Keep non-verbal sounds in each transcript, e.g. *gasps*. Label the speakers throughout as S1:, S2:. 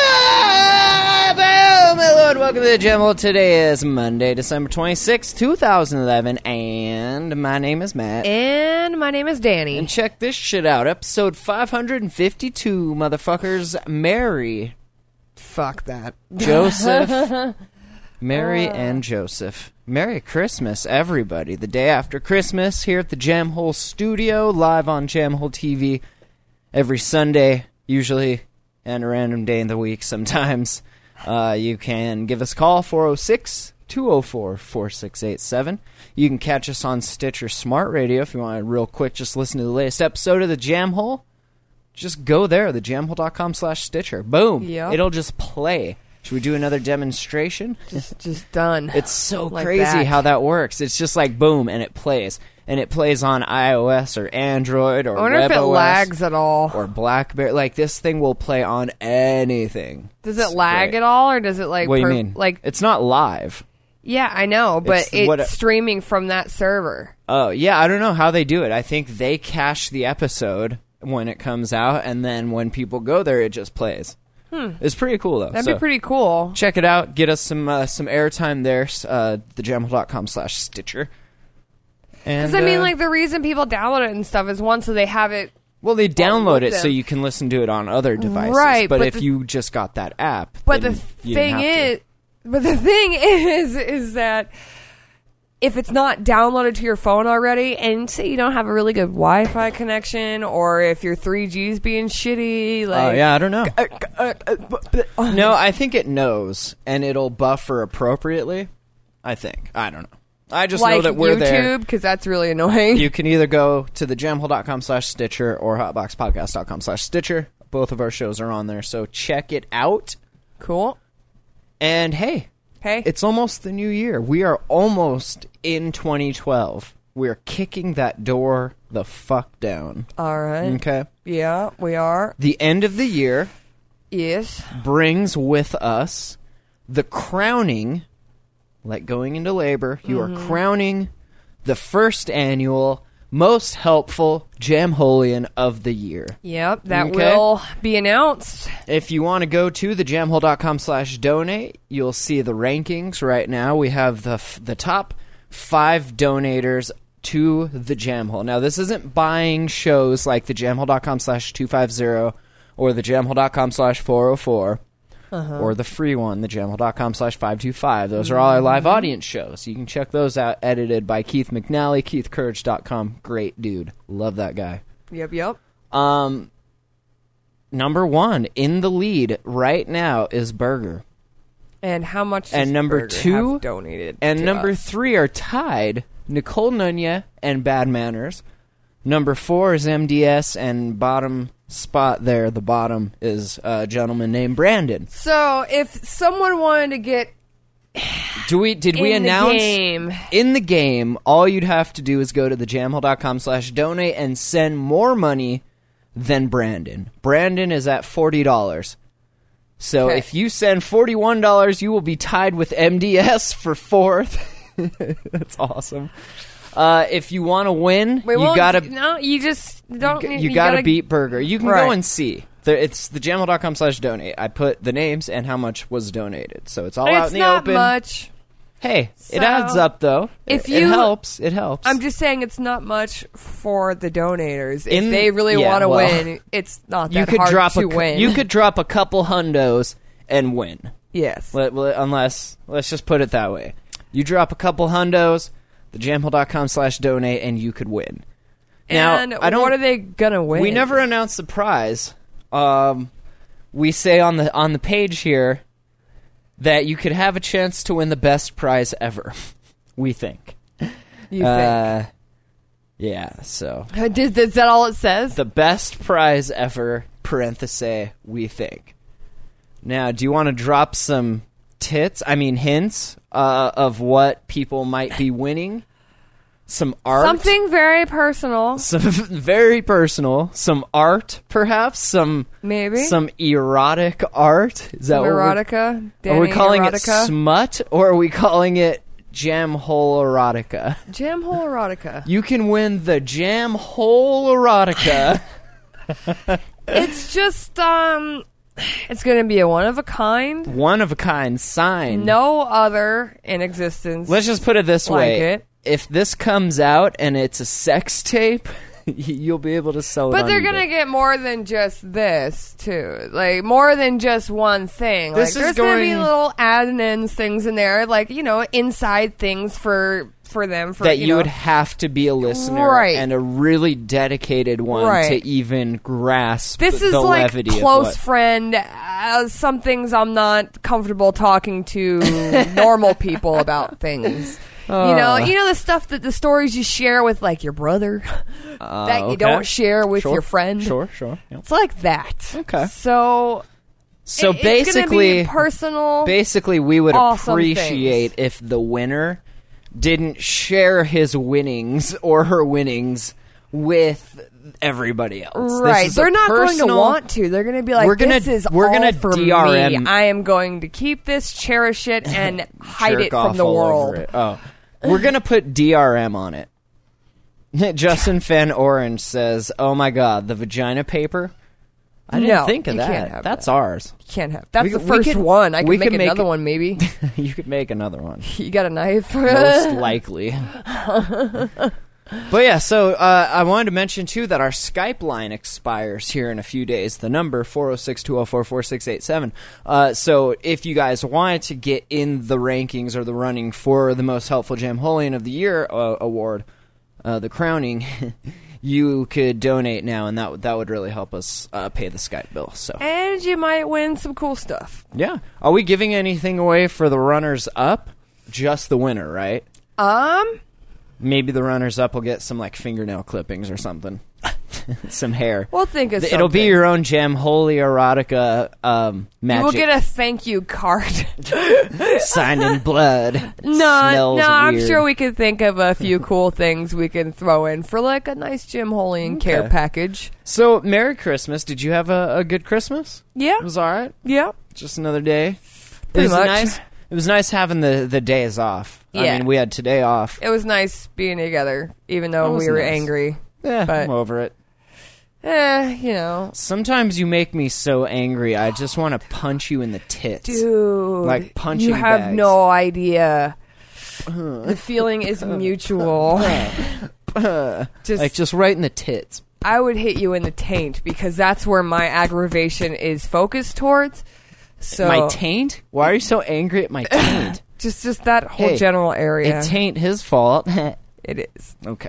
S1: Ah, boom! Hello and welcome to the Gem Hole. Today is Monday, December twenty sixth, 2011, and my name is Matt.
S2: And my name is Danny.
S1: and check this shit out. Episode 552, motherfuckers. Mary,
S2: Fuck that. *laughs* Uh.
S1: Joseph, Mary and Joseph. Merry Christmas, everybody. The day after Christmas here at the Jam Hole Studio, live on Jam Hole TV every Sunday, usually, and a random day in the week sometimes. *laughs* Uh, you can give us a call, 406 204 4687. You can catch us on Stitcher Smart Radio if you want to, real quick, just listen to the latest episode of The Jam Hole. Just go there, thejamhole.com slash Stitcher. Boom.
S2: Yep.
S1: It'll just play. Should we do another demonstration?
S2: *sighs*
S1: *laughs*
S2: Just done.
S1: It's so
S2: Like
S1: crazy
S2: that.
S1: how that works. It's just like boom, and it plays, and it plays on iOS or Android or
S2: I wonder if it
S1: WebOS
S2: lags at all.
S1: or BlackBerry. Like this thing will play on anything.
S2: does
S1: It's
S2: it lag
S1: great.
S2: at all, or does it like?
S1: What do you
S2: per-
S1: mean?
S2: Like,
S1: it's not live.
S2: yeah, I know, but
S1: It's
S2: it's,
S1: what-
S2: streaming from that server.
S1: Oh yeah, I don't know how they do it. I think they cache the episode when it comes out, and then when people go there, it just plays. It's pretty cool though.
S2: Hmm. That'd
S1: so
S2: be pretty cool.
S1: Check it out. Get us some uh, some airtime there. s- Uh, thejamhole.com slash Stitcher. And
S2: Because I mean,
S1: uh,
S2: like the reason people download it and stuff is one, so they have it.
S1: Well, they download it so
S2: them.
S1: you can listen to it on other devices.
S2: Right,
S1: but,
S2: but
S1: if
S2: the-
S1: you just got that app,
S2: But
S1: then
S2: the
S1: you
S2: thing
S1: didn't have to.
S2: is, but the *laughs* thing is, is that if it's not downloaded to your phone already, and say you don't have a really good Wi-Fi connection, or if your 3G's being shitty,
S1: oh
S2: like uh,
S1: yeah, I don't know. no, I think it knows and it'll buffer appropriately. I think I don't know. I just know
S2: like
S1: that we're
S2: YouTube
S1: there.
S2: because that's really annoying.
S1: You can either go to thejamhole.com slash Stitcher or hotboxpodcast.com slash Stitcher. Both of our shows are on there, so check it out.
S2: *laughs* cool.
S1: And hey,
S2: Hey,
S1: It's almost the new year. We are almost in 2012. We're kicking that door the fuck down.
S2: all right.
S1: Okay.
S2: Yeah, we are.
S1: The end of the year
S2: Yes,
S1: brings with us the crowning, like going into labor, you are crowning the first annual most helpful Jamholian of the year.
S2: yep. That
S1: Okay.
S2: will be announced.
S1: If you want to go to thejamhole.com slash donate, you'll see the rankings right now. We have the f- the top five donators to the Jam Hole. Now, this isn't buying shows like thejamhole.com slash 250 or thejamhole.com slash 404 or the free one, thejamhole.com slash 525. Those are all our live audience shows. You can check those out, edited by Keith McNally, keithcourage.com. Great dude. Love that guy.
S2: Yep, yep.
S1: Um, number one in the lead right now is Burger,
S2: And how much?
S1: And
S2: does
S1: number
S2: Burger
S1: two-
S2: have donated,
S1: and
S2: to
S1: number
S2: us?
S1: three are tied Nicole Nunya and Bad Manners. Number four is MDS, and bottom spot there, the bottom is a gentleman named Brandon.
S2: So if someone wanted to get
S1: Do we did we
S2: In the
S1: announce
S2: game.
S1: in the game? All you'd have to do is go to thejamhole.com slash donate and send more money than Brandon. Brandon is at forty dollars. So
S2: Okay.
S1: if you send forty one dollars, you will be tied with MDS for fourth. *laughs* That's awesome. Uh, if you want to win,
S2: we
S1: you
S2: won't-
S1: gotta
S2: no, you just don't.
S1: you, gotta, beat Burger. You can go
S2: Right.
S1: and see. There, it's thejamhole.com slash donate. I put the names and how much was donated, so it's all out in
S2: It's
S1: the
S2: not
S1: open.
S2: much.
S1: Hey, it
S2: So,
S1: adds up though.
S2: if
S1: It- it
S2: you-
S1: helps, it helps.
S2: I'm just saying it's not much for the donators. If
S1: In-
S2: they really
S1: yeah,
S2: want to
S1: well,
S2: win, it's not that
S1: you could
S2: hard
S1: drop
S2: to
S1: a cou-
S2: win.
S1: you could drop a couple hundos and win.
S2: yes.
S1: Let- let- unless let's just put it that way. You drop a couple hundos, thejamhole.com slash donate, and you could win. Now
S2: and
S1: I don't.
S2: what are they gonna win?
S1: We never announce the prize. Um, we say on the on the page here that you could have a chance *laughs* to win the best prize ever. we think.
S2: You think?
S1: Uh, Yeah, so
S2: *laughs* Is, is that all it says?
S1: the best prize ever, parenthesis, we think. Now, do you want to drop some tits, I mean hints, uh, of what people might be winning? Some art?
S2: Something very personal.
S1: Some *laughs* very personal. Some art, perhaps? Some
S2: Maybe.
S1: Some erotic art? Is that what we're-
S2: erotica. Danny
S1: Are we calling
S2: erotica.
S1: it smut or are we calling it jam hole erotica?
S2: Jam hole erotica.
S1: You can win the jam hole
S2: *laughs*
S1: erotica.
S2: it's just um, it's gonna be a one of a kind.
S1: One of a kind sign.
S2: No other in existence.
S1: Let's just put it this
S2: Like
S1: way.
S2: it.
S1: If this comes out and it's a sex tape, *laughs* you'll be able to sell it.
S2: but
S1: on
S2: they're
S1: eBay.
S2: gonna get more than just this too, like more than just one thing.
S1: This
S2: like
S1: is
S2: there's gonna be
S1: going-
S2: little add ins things in there, like you know, inside things for for them. For
S1: that you,
S2: know.
S1: would have to be a listener
S2: Right.
S1: and a really dedicated one
S2: Right.
S1: to even grasp
S2: this
S1: the
S2: is like
S1: levity of
S2: close
S1: what-
S2: friend. Uh, some things I'm not comfortable
S1: *laughs*
S2: talking to normal people about things. You
S1: Ah.
S2: know, you know the stuff that the stories you share with like your brother that you
S1: Ah, okay.
S2: don't share with
S1: Sure.
S2: your friend.
S1: Sure, sure. yeah.
S2: It's like that.
S1: Okay.
S2: So
S1: So
S2: it- it's gonna be
S1: basically
S2: personal.
S1: basically we would
S2: Awesome
S1: appreciate if the winner didn't share his winnings or her winnings with everybody else. This
S2: right.
S1: is a
S2: They're not going to
S1: personal-
S2: want to. They're going to be like,
S1: We're gonna-
S2: this is
S1: we're
S2: all
S1: gonna
S2: for
S1: DRM.
S2: me. I am going to keep this, cherish
S1: *laughs*
S2: it, and hide
S1: jerk
S2: it from
S1: off
S2: the
S1: all over
S2: world.
S1: it. Oh, we're gonna put DRM on it. *laughs*
S2: *laughs*
S1: Justin Fan Orange says, "Oh my God, the vagina paper." I didn't
S2: No,
S1: think of
S2: you
S1: that.
S2: can't have
S1: That's
S2: that.
S1: ours. *laughs*
S2: Can't have. That's
S1: We
S2: the
S1: could- we
S2: first
S1: could-
S2: one. I
S1: we
S2: can make,
S1: could make
S2: another
S1: it-
S2: one, maybe.
S1: *laughs*
S2: *laughs*
S1: you could make another one,
S2: you got a knife. *laughs*
S1: most likely. but yeah, so uh, I wanted to mention too that our Skype line expires here in a few days. The number 406-204-4687. Uh, so if you guys wanted to get in the rankings or the running for the most helpful Jamholian of the year uh, award, uh, the crowning. *laughs* You could donate now, and that would- that would really help us uh, pay the Skype bill. So
S2: and you might win some cool stuff.
S1: yeah, are we giving anything away for the runners up? Just the winner, right?
S2: Um,
S1: maybe the runners up will get some like fingernail clippings or something, *laughs* some hair.
S2: we'll think of
S1: It'll be
S2: something.
S1: your own gem, holy erotica um, magic.
S2: You will get a thank
S1: *laughs*
S2: you card.
S1: sign in blood. no,
S2: *laughs* no, no, I'm sure we could think of a few cool things we can throw in for like a nice Jim Holian care
S1: Okay.
S2: package.
S1: So, Merry Christmas. Did you have a, a good Christmas?
S2: Yeah,
S1: It was all right.
S2: yeah.
S1: Just another day.
S2: Pretty
S1: it was
S2: much.
S1: nice. It was nice having the the days off.
S2: Yeah.
S1: I mean, we had today off.
S2: It was nice being together, even
S1: It
S2: though
S1: was
S2: we were
S1: nice.
S2: angry.
S1: Yeah,
S2: but-
S1: I'm over it.
S2: Eh, you know,
S1: Sometimes you make me so angry. I just want to punch you in the tits.
S2: dude,
S1: Like punching
S2: You have
S1: bags. Uh-huh.
S2: no idea. The
S1: *laughs*
S2: feeling is mutual. just
S1: Like just right in the tits.
S2: I would hit you in the taint because that's where my aggravation is focused towards. So
S1: my taint? Why are you so angry
S2: *laughs*
S1: at my taint?
S2: just just that whole
S1: Hey,
S2: general area.
S1: It taint his fault. *laughs*
S2: it is.
S1: okay.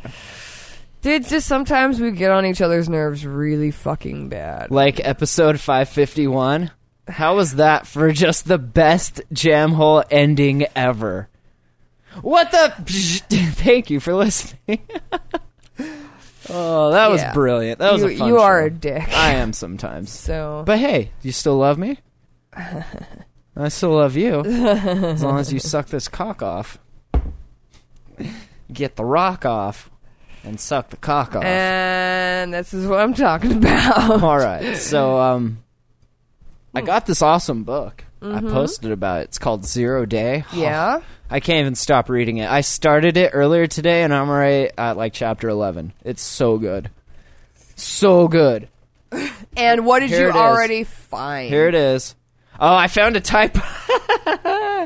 S2: Dude, just sometimes we get on each other's nerves really fucking bad.
S1: Like episode 551. How was that for just the best jam hole ending ever? What the? *laughs* Thank you for listening. *laughs* oh, that was
S2: Yeah.
S1: brilliant. That was
S2: you,
S1: a fun
S2: you are
S1: show.
S2: a dick.
S1: I am sometimes.
S2: *laughs* so
S1: But hey, you still love me? I still love you. As long as you suck this cock off. Get the rock off and suck the cock off.
S2: Eh. and this is what I'm talking *laughs* about.
S1: All right. So um I got this awesome book. I posted about it. It's called Zero Day.
S2: Yeah.
S1: I can't even stop reading it. I started it earlier today and I'm already at like chapter 11. It's so good. So good.
S2: And what did
S1: Here
S2: you
S1: it is.
S2: already find?
S1: Here it is. Oh, I found a *laughs* typo uh,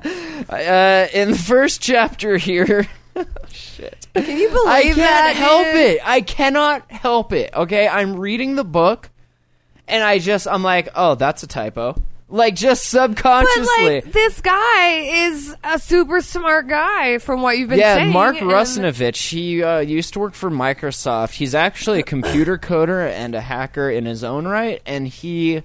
S1: in the first chapter here.
S2: Can you believe
S1: I can't
S2: that?
S1: help
S2: dude?
S1: it. I cannot help it. Okay, I'm reading the book, and I just I'm like, oh, that's a typo. Like just
S2: But
S1: subconsciously.
S2: like this guy is a super smart guy from what you've been
S1: yeah,
S2: saying. um,
S1: Mark
S2: and-
S1: Rusinovich. He uh, used to work for Microsoft. He's actually a computer coder and a hacker in his own right, and he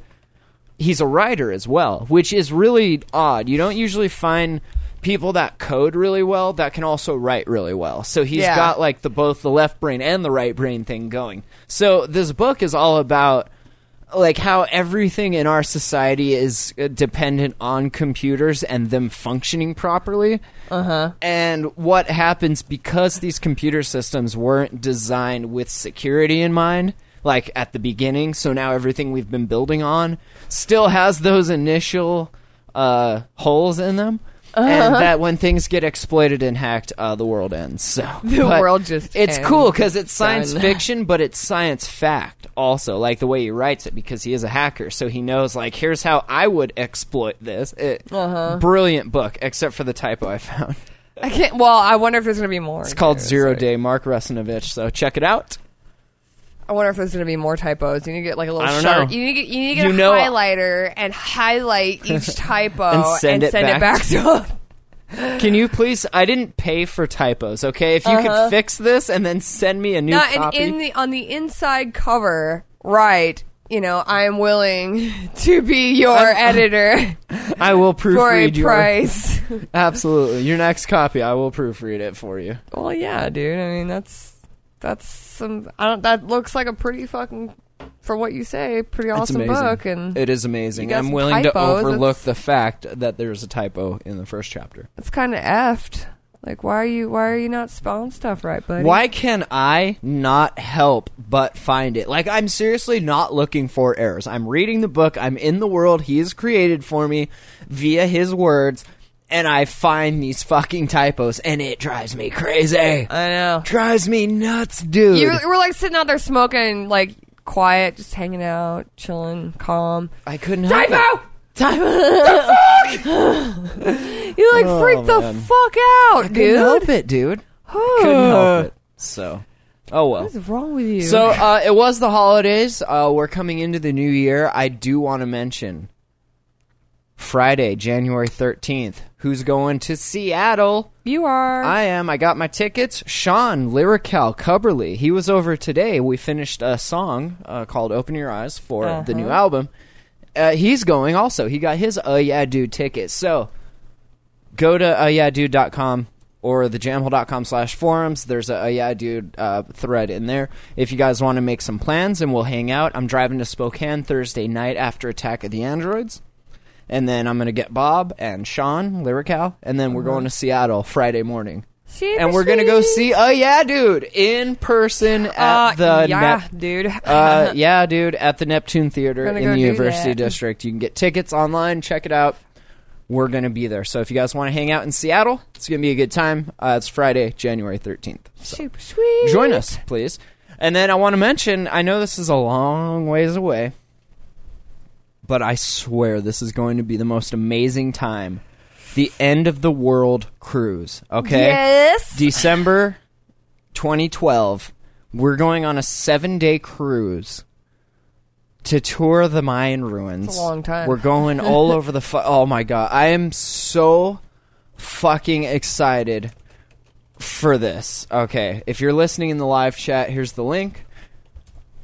S1: he's a writer as well, which is really odd. You don't usually find people that code really well that can also write really well. So he's
S2: Yeah.
S1: got like the both the left brain and the right brain thing going. So this book is all about like how everything in our society is uh, dependent on computers and them functioning properly. Uh-huh. And what happens because these computer systems weren't designed with security in mind like at the beginning, so now everything we've been building on still has those initial uh, holes in them. And
S2: Uh-huh.
S1: that when things get exploited and hacked, uh, the world ends. So the
S2: world just
S1: it's
S2: ends.
S1: cool because it's science
S2: Done.
S1: fiction, but it's science fact also. Like the way he writes it, because he is a hacker, so he knows like here's how I would exploit this. It,
S2: Uh-huh.
S1: Brilliant book, except for the typo I found. *laughs*
S2: I can't. Well, I wonder if there's gonna be more.
S1: It's called Zero Day, Mark Rusinovich. So check it out.
S2: I wonder if there's gonna be more typos. You need to get like a little
S1: I don't
S2: sharp.
S1: know.
S2: You need to get, you need to get
S1: You
S2: a
S1: know-
S2: highlighter and highlight
S1: *laughs*
S2: each typo
S1: And send it back. *laughs*
S2: it back to.
S1: Can you please? I didn't pay for typos. Okay, if you could fix this and then send me a new
S2: No, and
S1: copy.
S2: Uh-huh. in the on the inside cover, right? You know, I am willing *laughs* to be your
S1: *laughs*
S2: editor
S1: I will
S2: for a
S1: proofread your *laughs*
S2: price.
S1: absolutely your next copy. I will proofread it for you.
S2: well, yeah, dude. I mean, that's that's some. I don't. That looks like a pretty fucking, for what you say, pretty
S1: It's
S2: awesome
S1: amazing.
S2: book. And
S1: it is amazing.
S2: you got
S1: I'm
S2: some
S1: willing to
S2: typos,
S1: overlook
S2: it's-
S1: the fact that there's a typo in the first chapter.
S2: it's kind of effed. Like, why are you why are you not spelling stuff right, buddy?
S1: Why can I not help but find it? Like I'm seriously not looking for errors. I'm reading the book. I'm in the world he has created for me via his words, and I find these fucking typos, and it drives me crazy.
S2: I know.
S1: drives me nuts, dude.
S2: You we're like sitting out there smoking, like quiet, just hanging out, chilling, calm.
S1: I couldn't help
S2: Typo!
S1: it. Typo.
S2: You like
S1: Oh,
S2: freak the
S1: man.
S2: fuck out,
S1: Couldn't
S2: dude.
S1: help it, dude.
S2: Oh.
S1: Couldn't
S2: *sighs*
S1: help it. So, oh well.
S2: What is wrong with you?
S1: So uh, it was the holidays. Uh, we're coming into the new year. I do want to mention Friday, January thirteenth. Who's going to Seattle?
S2: you are.
S1: I am. I got my tickets. Sean Lyrical Cubberly. He was over today. We finished a song uh, called "Open Your Eyes" for the new album. Uh, he's going also. He got his Oh Yeah Dude ticket. So go to ohyeahdude.com or thejamhole.com slash forums. There's a Oh Yeah Dude uh, thread in there. If you guys want to make some plans and we'll hang out, I'm driving to Spokane Thursday night after Attack of the Androids. And then I'm going to get Bob and Sean, Lyrical, and then we're going to Seattle Friday morning.
S2: Super
S1: And we're going to go
S2: sweet.
S1: see Oh Yeah Dude in person at
S2: Uh,
S1: the
S2: yeah,
S1: Nep- *laughs*
S2: dude. *laughs*
S1: uh, yeah, dude, at the Neptune Theater
S2: Gonna
S1: in
S2: go
S1: the
S2: do
S1: University
S2: that.
S1: District. You can get tickets online. Check it out. We're going to be there. So if you guys want to hang out in Seattle, it's going to be a good time. Uh, it's Friday, January 13th. So
S2: Super sweet.
S1: join us, please. And then I want to mention I know this is a long ways away, but I swear this is going to be the most amazing time. The end of the world cruise, okay?
S2: Yes.
S1: December 2012, we're going on a seven day cruise to tour the Mayan ruins.
S2: That's a long time.
S1: We're
S2: *laughs*
S1: going all over the. Fu- oh my god, I am so fucking excited for this. Okay, if you're listening in the live chat, here's the link.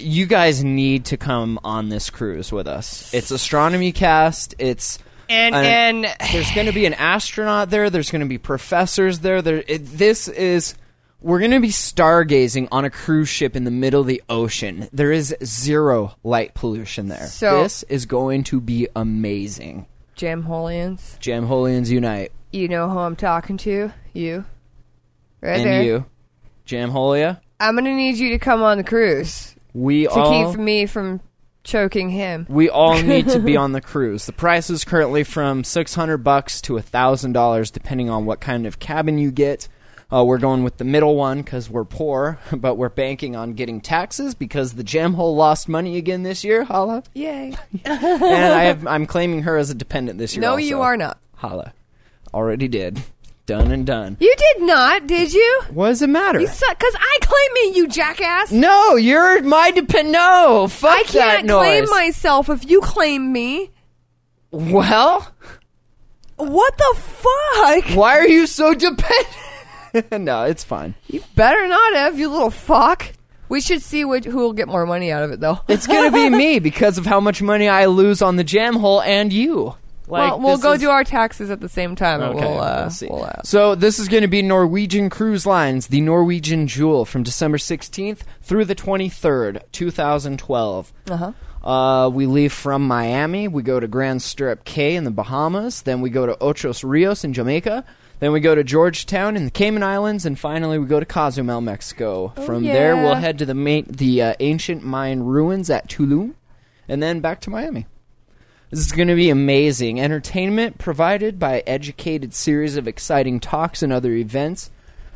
S1: You guys need to come on this cruise with us. It's Astronomy Cast. It's
S2: And
S1: an-
S2: and
S1: there's going to be an astronaut there. There's going to be professors there. There, it, this is we're going to be stargazing on a cruise ship in the middle of the ocean. There is zero light pollution there.
S2: So-
S1: this is going to be amazing.
S2: Jam Holians.
S1: Jamholians unite,
S2: You know who I'm talking to? You. Right
S1: and
S2: there.
S1: you, Jamholia.
S2: I'm gonna need you to come on the cruise
S1: We
S2: to
S1: all
S2: keep me from choking him.
S1: we all need to
S2: *laughs*
S1: be on the cruise. The price is currently from six hundred bucks to thousand dollars, depending on what kind of cabin you get. Uh, we're going with the middle one because we're poor, *laughs* but we're banking on getting taxes because the jam hole lost money again this year. Holla!
S2: Yay.
S1: And I have, I'm claiming her as a dependent this year.
S2: No,
S1: also.
S2: you are not.
S1: Holla! Already did. Done and done.
S2: You did not, did you?
S1: What does it matter?
S2: You suck. Cause I claim me, you jackass.
S1: no, you're my depend. No, fuck
S2: I
S1: that
S2: can't
S1: noise.
S2: claim myself if you claim me.
S1: well,
S2: What the fuck?
S1: why are you so dependent? *laughs* no, it's fine.
S2: Better not have, you little fuck. We should see which, who will get more money out of it, though.
S1: It's gonna be me because of how much money I lose on the jam hole and you.
S3: Like
S2: well, we'll
S3: this
S2: go
S3: is-
S2: do our taxes at the same time. and
S3: Okay,
S2: we'll, uh,
S1: Let's see.
S2: we'll, uh,
S1: so this is going to be Norwegian Cruise Lines, the Norwegian Jewel, from December 16th through the 23rd, 2012.
S2: Uh-huh.
S1: Uh, we leave from Miami. We go to Grand Stirrup Cay in the Bahamas. Then we go to Ochos Rios in Jamaica. Then we go to Georgetown in the Cayman Islands, and finally we go to Cozumel, Mexico. From there, we'll
S2: Oh, yeah.
S1: head to the main, the uh, ancient Mayan ruins at Tulum, and then back to Miami. This is going to be amazing. Entertainment provided by educated series of exciting talks and other events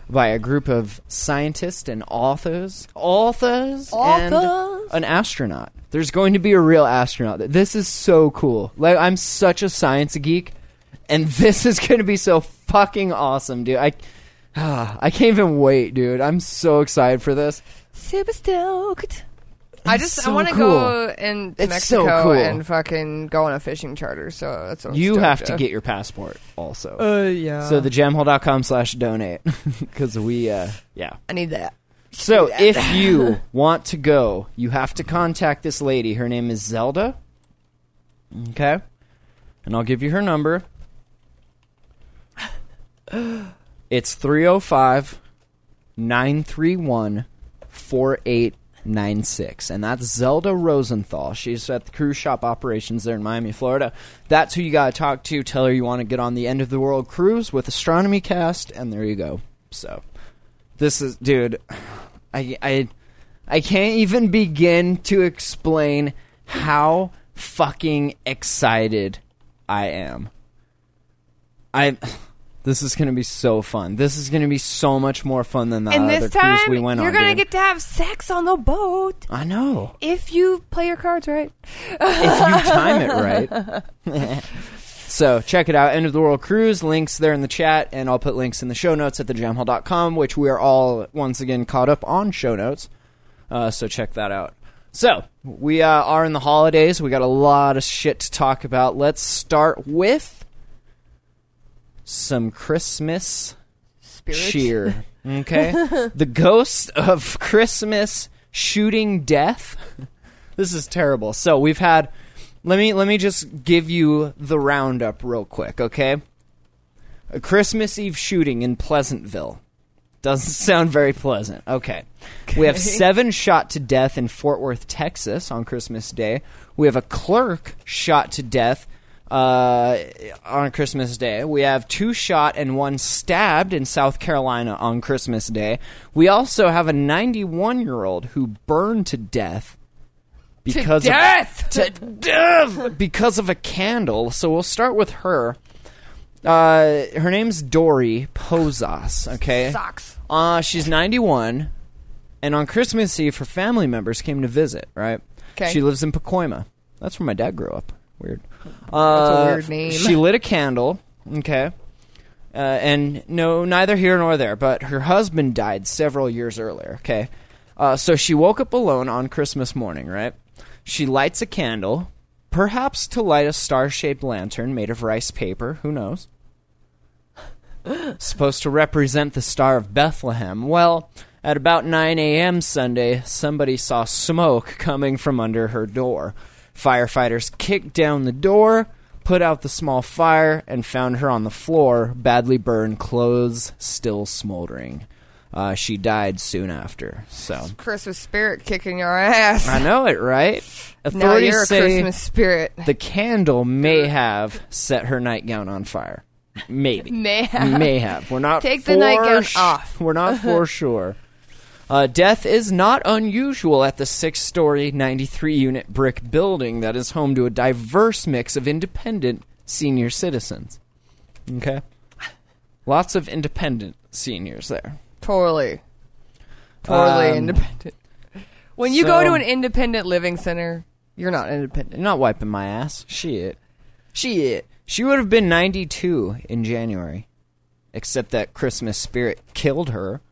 S1: by a group of scientists and authors, authors, and
S2: Authors?
S1: an astronaut. There's going to be a real astronaut. This is so cool. Like I'm such a science geek, and *laughs* this is going to be so fucking awesome, dude. I. *sighs* I can't even wait, dude. I'm so excited for this.
S2: super stoked. I
S1: It's
S2: just
S1: so
S2: I want to
S1: cool.
S2: go in to
S1: It's so
S2: Mexico
S1: cool.
S2: and fucking go on a fishing charter. So that's what I'm
S1: You
S2: stoked
S1: have to
S2: of.
S1: get your passport also.
S2: Uh, yeah.
S1: So the jamhole.com slash donate *laughs* because we uh yeah.
S2: I need that.
S1: So if
S2: *laughs*
S1: you want to go, you have to contact this lady. Her name is Zelda. Okay, and I'll give you her
S2: *gasps*
S1: number. It's 305 931 4896. And that's Zelda Rosenthal. She's at the cruise shop operations there in Miami, Florida. That's who you got to talk to. Tell her you want to get on the end of the world cruise with Astronomy Cast. And there you go. So, this is, dude, I, I, I can't even begin to explain how fucking excited I am. I. This is going to be so fun. This is going to be so much more fun than Uh, the
S2: And
S1: other
S2: this time,
S1: cruise we went
S2: you're
S1: on.
S2: gonna
S1: dude.
S2: get to have sex on the boat
S1: I know.
S2: if you play your cards right.
S1: if you time it right. so check it out. End of the World Cruise. Links there in the chat, and I'll put links in the show notes at thejamhall.com, which we are all once again caught up on show notes. Uh, so check that out. So we uh, are in the holidays. We got a lot of shit to talk about. Let's start with some Christmas
S2: Spirits.
S1: cheer. Okay, the ghost of Christmas shooting death. This is terrible. So we've had. Let me let me just give you the roundup real quick, okay? A Christmas Eve shooting in Pleasantville. Doesn't *laughs* sound very pleasant. Okay. We have seven shot to death in Fort Worth, Texas on Christmas Day. We have a clerk shot to death uh, on Christmas Day. We have two shot and one stabbed in South Carolina on Christmas Day. We also have a 91 year old who burned to death because of- *laughs*
S2: death!
S1: to death because of a candle. So we'll start with her. Uh, her name's Dory Posas. Okay.
S2: Socks.
S1: Uh, she's 91, and on Christmas Eve, her family members came to visit. Right.
S2: 'Kay.
S1: She lives in Pacoima. That's where my dad grew up. Weird.
S2: That's
S1: Uh,
S2: a weird name.
S1: She lit a candle. Okay. Uh, and no, neither here nor there, but her husband died several years earlier. Okay. Uh, so she woke up alone on Christmas morning, right? She lights a candle, perhaps to light a star shaped lantern made of rice paper. Who knows? Supposed to represent the Star of Bethlehem. Well, at about 9 a.m. Sunday, somebody saw smoke coming from under her door. Firefighters kicked down the door, put out the small fire, and found her on the floor, badly burned, clothes still smoldering. Uh, she died soon after. So
S2: Christmas spirit kicking our ass.
S1: I know it, right?
S2: *laughs* now
S1: Authorities
S2: you're a
S1: say
S2: Christmas spirit.
S1: the candle may have set her nightgown on fire. Maybe.
S2: *laughs* May have.
S1: may have. We're not
S2: Take the
S1: for
S2: nightgown
S1: sh-
S2: off.
S1: We're
S2: *laughs*
S1: not for sure. Uh, death is not unusual at the six-story, 93-unit brick building that is home to a diverse mix of independent senior citizens. Okay, lots of independent seniors there.
S2: Totally. Totally
S1: Um,
S2: independent. When you go
S1: so-
S2: to an independent living center, you're not independent.
S1: You're not wiping my ass. Shit, shit. She would have been 92 in January, except that Christmas spirit killed her.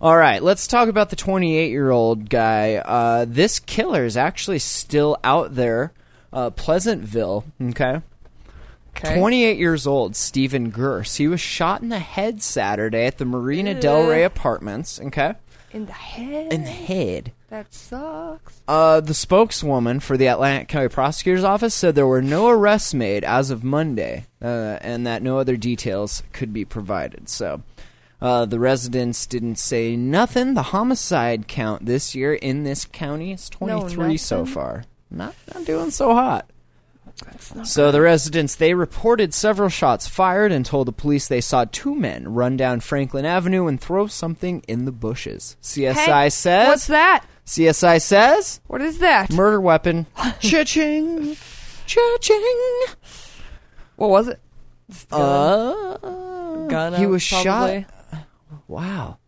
S1: All right, let's talk about the 28 year old guy. Uh, this killer is actually still out there, uh, Pleasantville. Okay.
S2: Okay?
S1: 28 years old, Stephen Gers. He was shot in the head Saturday at the Marina Del Rey apartments. Okay.
S2: in the head.
S1: in the head.
S2: that sucks.
S1: Uh, the spokeswoman for the Atlantic County Prosecutor's Office said there were no arrests made as of Monday, uh, and that no other details could be provided. So, uh, the residents didn't say nothing. The homicide count this year in this county is
S2: No,
S1: 23 so
S2: nothing.
S1: far. Not, not doing so hot. So the residents they reported several shots fired and told the police they saw two men run down Franklin Avenue and throw something in the bushes. CSI
S2: Hey,
S1: says
S2: What's that?
S1: CSI says
S2: What is that?
S1: murder
S2: *laughs*
S1: weapon. Cha-ching, cha-ching.
S2: what was it?
S1: Uh,
S2: Gun
S1: he
S2: out,
S1: was
S2: probably.
S1: shot. Wow,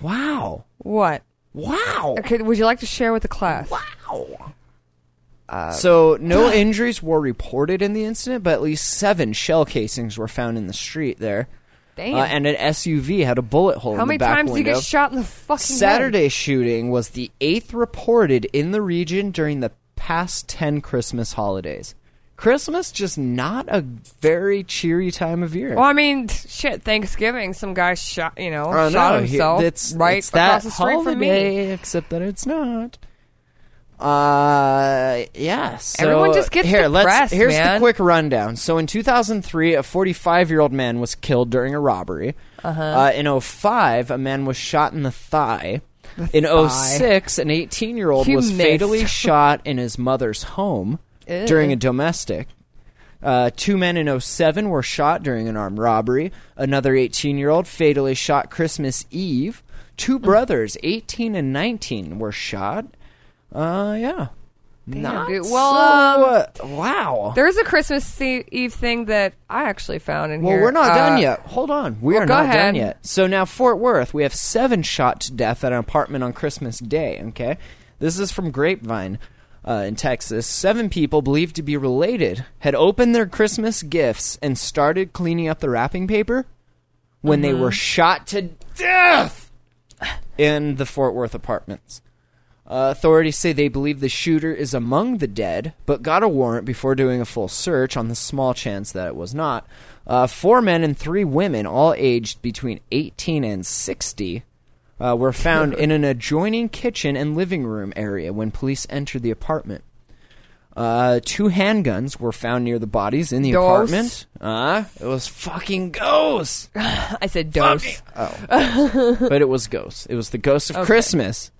S1: wow,
S2: What?
S1: wow,
S2: Okay, would you like to share with the class?
S1: wow.
S2: Uh,
S1: so no injuries were reported in the incident, but at least seven shell casings were found in the street there.
S2: Damn.
S1: Uh, and an SUV had a bullet hole
S2: How
S1: in the
S2: many
S1: back
S2: times do you
S1: window.
S2: get shot in the fucking head?
S1: Saturday shooting was the eighth reported in the region during the past 10 Christmas holidays. Christmas just not a very cheery time of year.
S2: Well, I mean, shit. Thanksgiving, some guy shot, you know,
S1: I
S2: shot
S1: know, he-
S2: himself
S1: it's,
S2: right
S1: it's that
S2: across the street from me.
S1: holiday, except that it's not. Uh, yeah. So
S2: Everyone just gets
S1: here. let's
S2: depressed,
S1: here's the
S2: man.
S1: quick rundown. So in 2003, a 45 year old man was killed during a robbery. Uh-huh. Uh, in 05, a man was shot in the thigh. in
S2: thigh.
S1: 06, an 18 year old
S2: You
S1: was
S2: missed. *laughs*
S1: fatally shot in his mother's home
S2: Ew.
S1: during a domestic. Uh, two men in 07 were shot during an armed robbery. Another 18 year old fatally shot Christmas Eve. Two
S2: Mm.
S1: brothers, 18 and 19, were shot. Uh, yeah. Not
S2: dude.
S1: so,
S2: Well, um,
S1: uh, wow.
S2: There's a Christmas Eve Eve thing that I actually found in
S1: Well,
S2: here.
S1: we're not
S2: Uh,
S1: done yet. Hold on. We
S2: well,
S1: are
S2: go
S1: not done
S2: ahead.
S1: yet. So now, Fort Worth, we have seven shot to death at an apartment on Christmas Day, okay? This is from Grapevine uh, in Texas. Seven people believed to be related had opened their Christmas gifts and started cleaning up the wrapping paper when they were shot to death in the Fort Worth apartments. Uh, authorities say they believe the shooter is among the dead, but got a warrant before doing a full search on the small chance that it was not. Uh, four men and three women, all aged between 18 and 60, uh, were found in an adjoining kitchen and living room area when police entered the apartment. Uh, two handguns were found near the bodies in the
S2: Ghosts.
S1: apartment. Uh, it was fucking ghosts
S2: I said dose.
S1: but it was ghosts. It was the ghost of Christmas.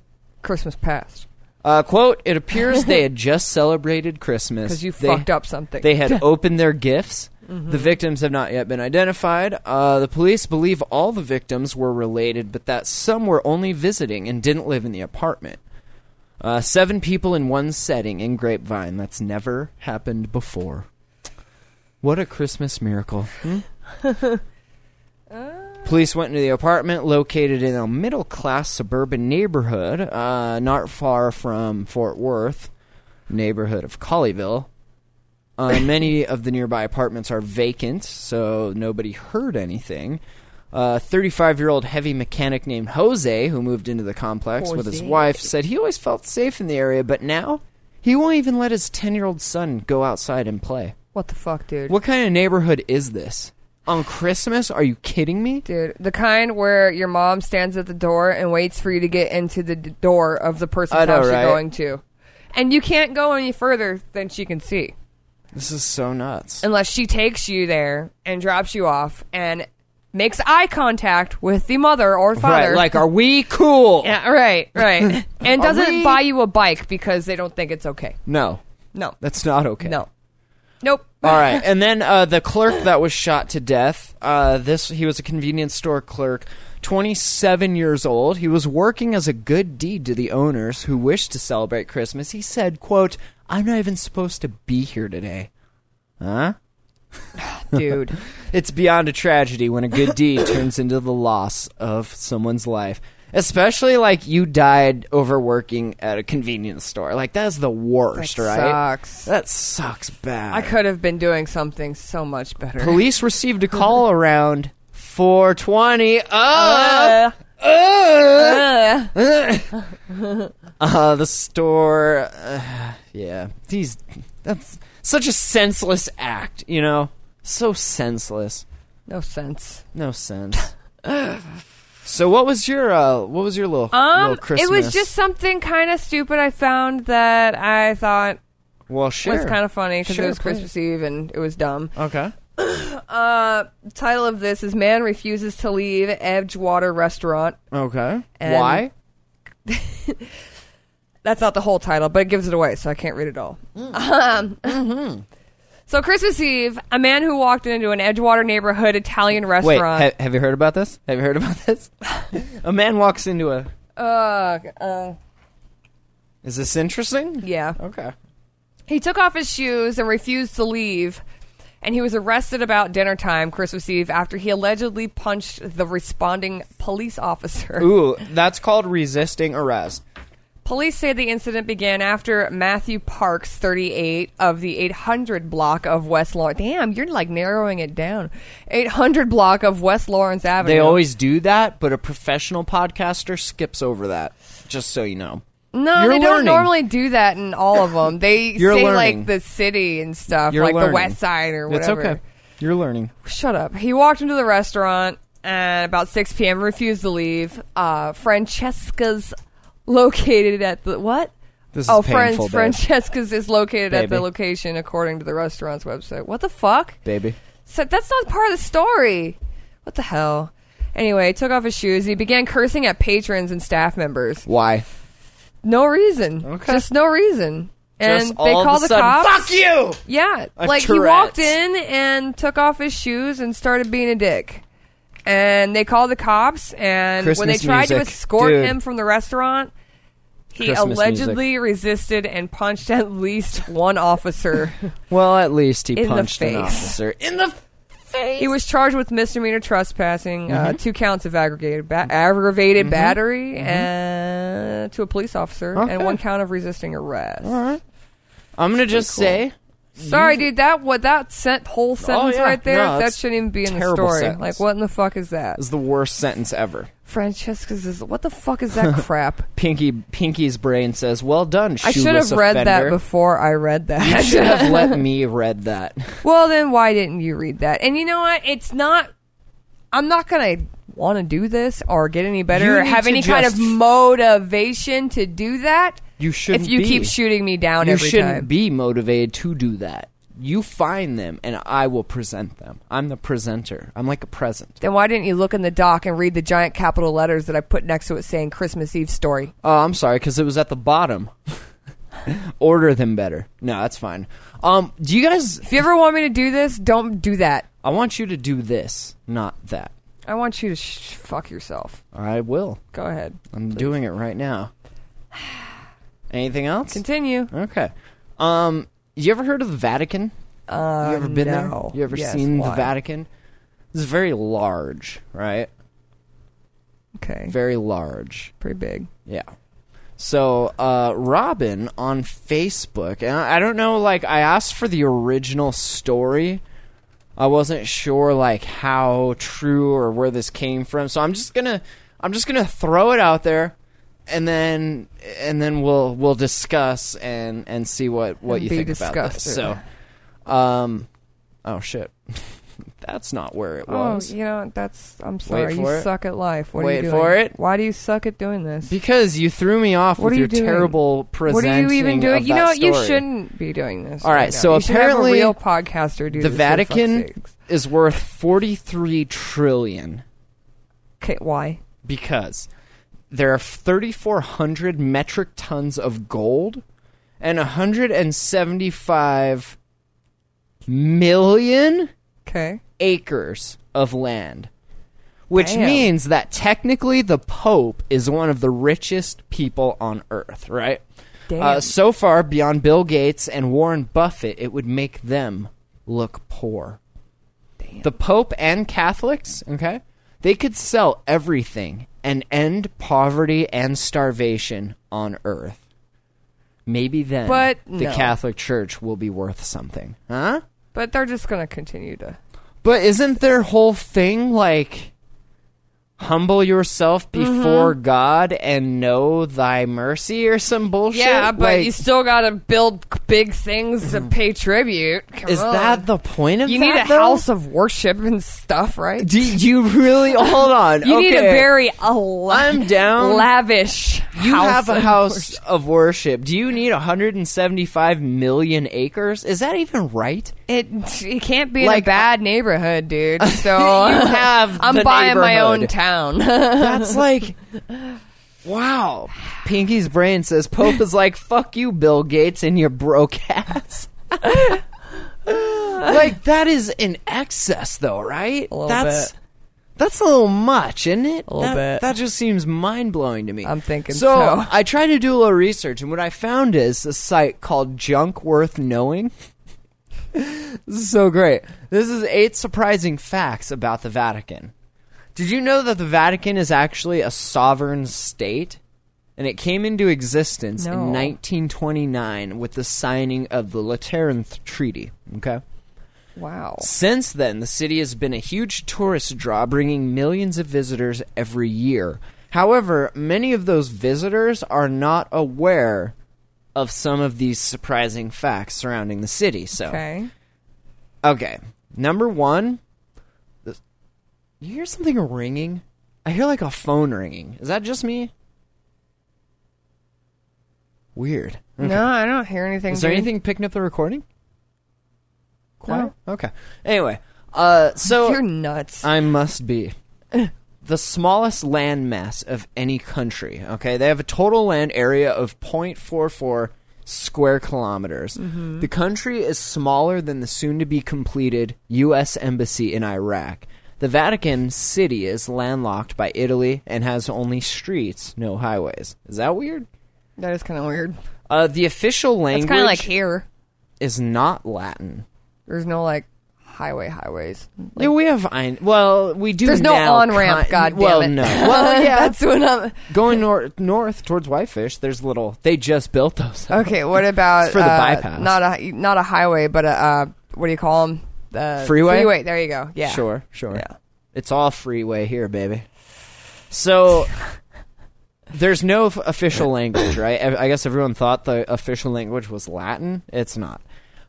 S2: Christmas passed
S1: Uh, quote: It appears they
S2: *laughs*
S1: had just celebrated Christmas
S2: because you
S1: They-
S2: fucked up something. Mm-hmm.
S1: They
S2: *laughs*
S1: had opened their gifts. The victims have not yet been identified. Uh, the police believe all the victims were related, but that some were only visiting and didn't live in the apartment. Uh, seven people in one setting in Grapevine. That's never happened before. What a Christmas miracle. hmm? Police went into the apartment located in a middle class suburban neighborhood, uh, not far from Fort Worth, neighborhood of Colleyville. Uh, many of the nearby apartments are vacant, so nobody heard anything. A 35 year old heavy mechanic named Jose, who moved into the complex with his
S2: Jose.
S1: wife, said he always felt safe in the area, but now he won't even let his 10 year old son go outside and play.
S2: what the fuck, dude?
S1: What kind of neighborhood is this? On Christmas? Are you kidding me?
S2: Dude, the kind where your mom stands at the door and waits for you to get into the d- door of the person's
S1: I know,
S2: house
S1: right?
S2: you're going to. And you can't go any further than she can see.
S1: This is so nuts.
S2: unless she takes you there and drops you off and makes eye contact with the mother or father.
S1: Right, like, are we cool?
S2: yeah, right,
S1: *laughs*
S2: right, *laughs* and
S1: Are
S2: doesn't
S1: we-
S2: buy you a bike because they don't think it's okay.
S1: No,
S2: No,
S1: that's not okay.
S2: no,
S1: *laughs*
S2: nope.
S1: All
S2: *laughs*
S1: right, and then uh, the clerk that was shot to death. Uh, this he was a convenience store clerk, twenty-seven years old. He was working as a good deed to the owners who wished to celebrate Christmas. He said, "quote I'm not even supposed to be here today." Huh?
S2: dude.
S1: It's beyond a tragedy when a good
S2: *laughs*
S1: deed turns into the loss of someone's life. Especially like you died overworking at a convenience store. Like that is the worst,
S2: That
S1: right?
S2: sucks.
S1: That sucks bad.
S2: I could have been doing something so much better.
S1: Police received a *laughs* call around 420. Uh,
S2: Uh, uh,
S1: uh, the store. Uh, yeah, these. That's such a senseless act. You know, so senseless.
S2: no sense.
S1: No sense. *laughs* So what was your uh, what was your little
S2: Um,
S1: little Christmas?
S2: it was just something kind of stupid I found that I thought
S1: well, sure.
S2: was kind of funny because
S1: Sure,
S2: it was
S1: please.
S2: Christmas Eve and it was dumb.
S1: okay.
S2: Uh, title of this is "Man Refuses to Leave Edgewater Restaurant."
S1: Okay.
S2: And-
S1: Why?
S2: That's not the whole title, but it gives it away, so I can't read it all. *laughs* Um,
S1: Mm. Mm-hmm.
S2: So Christmas Eve, a man who walked into an Edgewater neighborhood Italian
S1: Wait,
S2: restaurant.
S1: ha- have you heard about this? Have you heard about
S2: *laughs*
S1: this? a man walks into a.
S2: uh, uh,
S1: Is this interesting?
S2: yeah.
S1: Okay.
S2: He took off his shoes and refused to leave, and he was arrested about dinner time Christmas Eve after he allegedly punched the responding police officer.
S1: Ooh, that's called resisting arrest.
S2: Oh, Police say the incident began after Matthew Parks, 38, of the 800 block of West Lawrence. Damn, you're like narrowing it down. 800 block of West Lawrence Avenue.
S1: They always do that, but a professional podcaster skips over that. Just so you know.
S2: no,
S1: You're
S2: they don't
S1: learning.
S2: normally do that in all of them. They
S1: You're
S2: say
S1: learning.
S2: like the city and stuff,
S1: You're
S2: like
S1: learning.
S2: the West Side or whatever.
S1: It's okay. You're learning.
S2: Shut up. He walked into the restaurant at about 6 p.m. Refused to leave. Uh, Francesca's located at the what?
S1: This is
S2: oh,
S1: painful, babe.
S2: Francesca's is located at
S1: Baby.
S2: the location according to the restaurant's website. What the fuck?
S1: Baby.
S2: So that's not part of the story. What the hell? Anyway, he took off his shoes. He began cursing at patrons and staff members.
S1: Why?
S2: No reason.
S1: Okay.
S2: Just no reason. And
S1: Just
S2: they
S1: all of
S2: call
S1: a
S2: the
S1: sudden,
S2: cops.
S1: Fuck you!
S2: Yeah,
S1: A
S2: like he
S1: Tourette.
S2: walked in and took off his shoes and started being a dick. And they called the cops. And when they
S1: Christmas
S2: tried to
S1: music,
S2: escort
S1: dude.
S2: him from the restaurant, he
S1: Christmas music.
S2: allegedly resisted and punched at least one officer.
S1: Well, at least he
S2: In the
S1: punched an
S2: face.
S1: officer in the face.
S2: he was charged with misdemeanor trespassing,
S1: Mm-hmm.
S2: uh, two counts of aggravated ba- aggravated battery, and to a police officer,
S1: Okay.
S2: and one count of resisting arrest.
S1: I'm gonna just say
S2: Sorry, dude. That what that sent whole sentence
S1: Oh, yeah.
S2: right there.
S1: No,
S2: that
S1: that's
S2: shouldn't even be in the
S1: terrible
S2: story.
S1: sentence.
S2: Like, what in the fuck is
S1: *laughs*
S2: that?
S1: is the worst sentence ever.
S2: Francesca's is what the fuck
S1: *laughs*
S2: is that crap?
S1: Pinky Pinky's brain says, "Well done,
S2: I should
S1: shoeless
S2: have read that
S1: offender."
S2: before I read
S1: You *laughs*
S2: *laughs*
S1: should
S2: that.
S1: have let me read that.
S2: well, then why didn't you read that? And you know what? It's not. I'm not gonna want to do this or get any
S1: You
S2: better or
S1: need
S2: have
S1: to
S2: any kind of
S1: just-
S2: motivation to do that.
S1: You
S2: if
S1: shouldn't
S2: you
S1: be.
S2: keep shooting me down
S1: you
S2: every
S1: shouldn't
S2: time.
S1: be motivated to do that. You find them, and I will present them. I'm the presenter. I'm like a present.
S2: Then why didn't you look in the doc and read the giant capital letters that I put next to it saying Christmas Eve story?
S1: Oh, I'm sorry, because it was at the bottom. *laughs* Order them better. No, that's fine. Um, do you guys?
S2: If you ever want me to do this, don't do that.
S1: I want you to do this, not that.
S2: I want you to sh- fuck yourself.
S1: I will.
S2: Go ahead.
S1: I'm doing it right now. *sighs* Anything else?
S2: Continue.
S1: Okay. Um, you ever heard of the Vatican? Uh, you ever been
S2: no.
S1: there? You ever
S2: Yes,
S1: seen
S2: why?
S1: the Vatican? It's very large, right?
S2: Okay.
S1: Very large.
S2: Pretty big.
S1: Yeah. So, uh, Robin on Facebook, and I I don't know, like, I asked for the original story. I wasn't sure, like, how true or where this came from. So I'm just gonna, I'm just gonna throw it out there, and then, and then we'll, we'll discuss and, and see what, what
S2: And
S1: you
S2: be
S1: think about this. So,
S2: disgusted.
S1: um, oh shit. *laughs* That's not where it was.
S2: Oh, you know, that's. I'm sorry. You
S1: for it.
S2: suck at life. What are
S1: Wait
S2: you doing?
S1: for it.
S2: Why do you suck at doing this?
S1: Because you threw me off
S2: what
S1: with
S2: are
S1: your
S2: you doing?
S1: terrible
S2: What
S1: presenting.
S2: are you even doing?
S1: of
S2: You know,
S1: that
S2: what? you
S1: story.
S2: shouldn't be doing this.
S1: All right,
S2: now.
S1: so
S2: You should have a
S1: apparently
S2: real podcaster do
S1: the
S2: this, for fuck's
S1: Vatican
S2: sakes.
S1: is worth 43 trillion
S2: Okay, why?
S1: because there are 3400 metric tons of gold and 175 million
S2: Okay.
S1: acres of land which
S2: Damn.
S1: means that technically the pope is one of the richest people on earth right Uh,
S2: Damn.
S1: so far beyond bill gates and warren buffett it would make them look poor the Pope and Catholics, okay, they could sell everything and end poverty and starvation on earth. Maybe then
S2: But
S1: the
S2: no.
S1: Catholic Church will be worth something. Huh?
S2: But they're just gonna continue to.
S1: But isn't their whole thing like humble yourself
S2: Mm-hmm.
S1: before God and know thy mercy or some bullshit?
S2: Yeah, but
S1: Like,
S2: you still gotta build big things *clears throat* to pay tribute. Come
S1: Is
S2: on.
S1: that the point of
S2: you
S1: that?
S2: need a
S1: though?
S2: house of worship and stuff, right?
S1: Do you
S2: *laughs*
S1: really? Hold on.
S2: You need a
S1: okay.
S2: very al- *laughs*
S1: I'm down.
S2: lavish
S1: You
S2: house
S1: have a
S2: of
S1: house
S2: worship.
S1: of worship. Do you need 175 million acres? Is that even right?
S2: It, it can't be
S1: Like-
S2: in a bad
S1: *laughs*
S2: neighborhood, dude. So
S1: You have
S2: *laughs* I'm
S1: the
S2: buying my own
S1: neighborhood.
S2: town. *laughs*
S1: That's like, wow. Pinky's brain says Pope is like, "Fuck you, Bill Gates, and your broke
S2: *laughs*
S1: ass." like that is in excess, though, right?
S2: little
S1: that's
S2: bit.
S1: that's a little much, isn't it? A that,
S2: little bit.
S1: That just seems mind blowing to me.
S2: I'm thinking so.
S1: I tried to do a little research, and what I found is a site called Junk Worth Knowing. *laughs* this is so great. This is eight surprising facts about the Vatican. Did you know that the Vatican is actually a sovereign state? And it came into existence in
S2: No.
S1: 1929 with the signing of the Lateran Th- Treaty. Okay.
S2: wow.
S1: Since then, the city has been a huge tourist draw, bringing millions of visitors every year. However, many of those visitors are not aware of some of these surprising facts surrounding the city. So,
S2: Okay.
S1: Okay. Number one, this- you hear something ringing? I hear like a phone ringing. Is that just me? Weird.
S2: No, I don't hear anything.
S1: Mm-hmm. Is there
S2: dude.
S1: anything picking up the recording? Quiet? Okay. Anyway, uh, so
S2: You're nuts.
S1: I must be. The smallest landmass of any country. Okay, they have a total land area of 0.44 square kilometers.
S2: Mm-hmm.
S1: The country is smaller than the soon to be completed U.S. Embassy in Iraq. The Vatican City is landlocked by Italy and has only streets, no highways. Is that weird?
S2: that is kind of weird.
S1: Uh, the official
S2: It's
S1: language
S2: kind of like here.
S1: is not Latin.
S2: There's no like highway highways.
S1: Yeah, we have ein- well, we do.
S2: There's no
S1: now
S2: on-ramp,
S1: Con-
S2: goddammit.
S1: well,
S2: *laughs*
S1: no. Well, yeah,
S2: That's what I'm.
S1: going north north towards Whitefish. There's little. They just built those.
S2: Okay, what about
S1: It's for the
S2: uh,
S1: bypass.
S2: Not a not a highway, but a uh, what do you call them? Uh,
S1: Freeway?
S2: Freeway. There you go. Yeah.
S1: Sure, sure.
S2: Yeah.
S1: It's all freeway here, baby. So there's no f- official language, right? I I guess everyone thought the official language was Latin. It's not.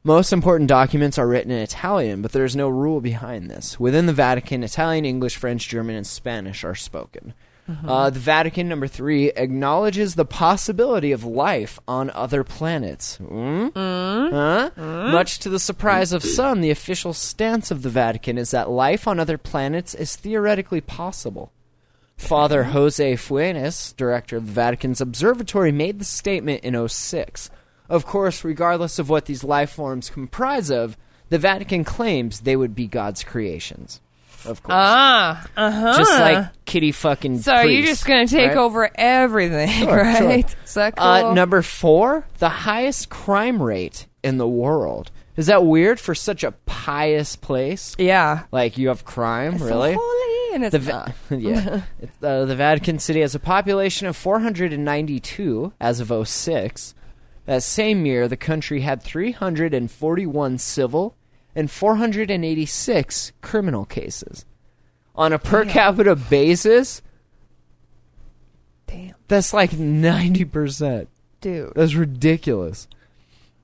S1: Most important documents are written in Italian, but there's no rule behind this. Within the Vatican, Italian, English, French, German, and Spanish are spoken.
S2: Mm-hmm.
S1: Uh, the Vatican, number three, acknowledges the possibility of life on other planets. Mm? Huh?
S2: Mm-hmm.
S1: Much to the surprise of some, the official stance of the Vatican is that life on other planets is theoretically possible. Father
S2: Mm-hmm.
S1: Jose Fuentes, director of the Vatican's observatory, made the statement in 06. Of course, regardless of what these life forms comprise of, the Vatican claims they would be God's creations. Of course.
S2: Ah. Uh huh.
S1: just like kitty fucking
S2: So you're
S1: priests,
S2: just gonna take
S1: right?
S2: over everything, *laughs*
S1: sure.
S2: right? Is that cool?
S1: Uh, number four, the highest crime rate in the world. Is that weird for such a pious place?
S2: Yeah.
S1: Like you have crime, really?
S2: So holy, and it's
S1: The
S2: not.
S1: Va- *laughs*
S2: *laughs*
S1: yeah, It's, uh, the Vatican City has a population of 492 as of 06. That same year, the country had 341 civil and 486 criminal cases. On a per capita basis,
S2: Damn,
S1: that's like 90 percent.
S2: dude.
S1: That's ridiculous.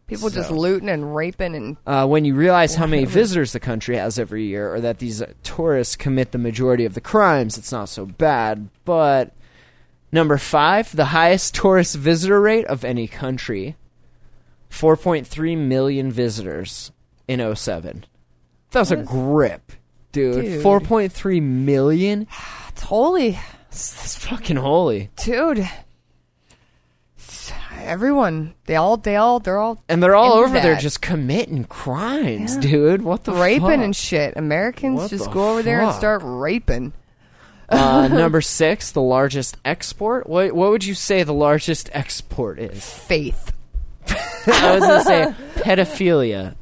S2: People just looting and raping and
S1: uh, when you realize how
S2: *laughs*
S1: many visitors the country has every year, or that these uh, tourists commit the majority of the crimes, it's not so bad. But number five, the highest tourist visitor rate of any country 4.3 million visitors in 07. That was a grip, dude.
S2: Dude.
S1: 4.3 million?
S2: it's holy,
S1: That's fucking holy.
S2: dude. It's- Everyone, they all, they all, they're all
S1: And they're all
S2: Into
S1: over there
S2: that.
S1: just committing crimes, dude. What the
S2: raping
S1: fuck?
S2: and shit. Americans
S1: What
S2: just
S1: the
S2: go over there and
S1: fuck?
S2: start raping.
S1: *laughs* Uh, number six, the largest export. What what would you say the largest export is?
S2: Faith.
S1: *laughs* I was gonna say pedophilia.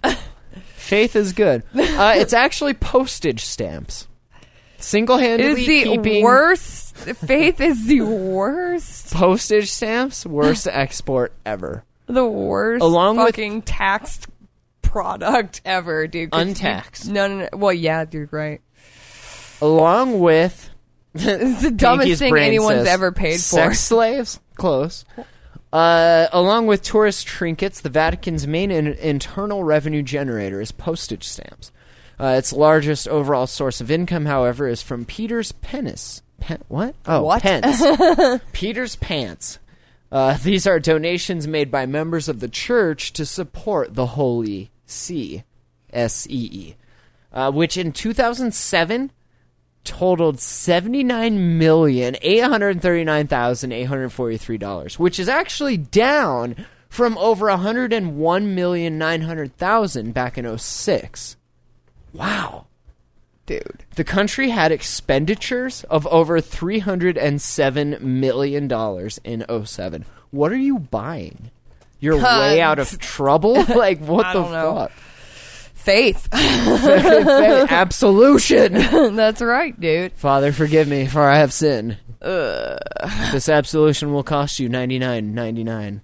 S1: Faith is good. Uh, it's actually postage stamps. Single
S2: It
S1: handedly
S2: is the
S1: keeping
S2: worst. Faith is the worst.
S1: postage stamps worst *laughs* export ever.
S2: The worst
S1: Along with-
S2: fucking taxed product ever, dude. 'cause you-
S1: Untaxed.
S2: No, no, no. Well, yeah, dude, right. *laughs*
S1: Along with
S2: It's the dumbest
S1: Pinky's
S2: thing
S1: brain
S2: anyone's
S1: says,
S2: ever paid for.
S1: Sex slaves, close. Uh, along with tourist trinkets, the Vatican's main in- internal revenue generator is postage stamps. Uh, its largest overall source of income, however, is from Peter's penis. Pen- what? Oh,
S2: What?
S1: pence.
S2: *laughs*
S1: Peter's pants. Uh, these are donations made by members of the church to support the Holy See, S E E, uh, which in 2007 totaled seventy nine million eight hundred thirty nine thousand eight hundred forty three dollars, which is actually down from over one hundred and one million nine hundred thousand back in 06. Wow.
S2: *laughs* dude.
S1: The country had expenditures of over $307 million in 07. What are you buying? You're way out of trouble? *laughs* Like, what the
S2: don't know.
S1: fuck?
S2: Faith.
S1: *laughs*
S2: *laughs*
S1: Absolution!
S2: That's right, dude.
S1: Father, forgive me, for I have sinned. This absolution will cost you ninety nine ninety nine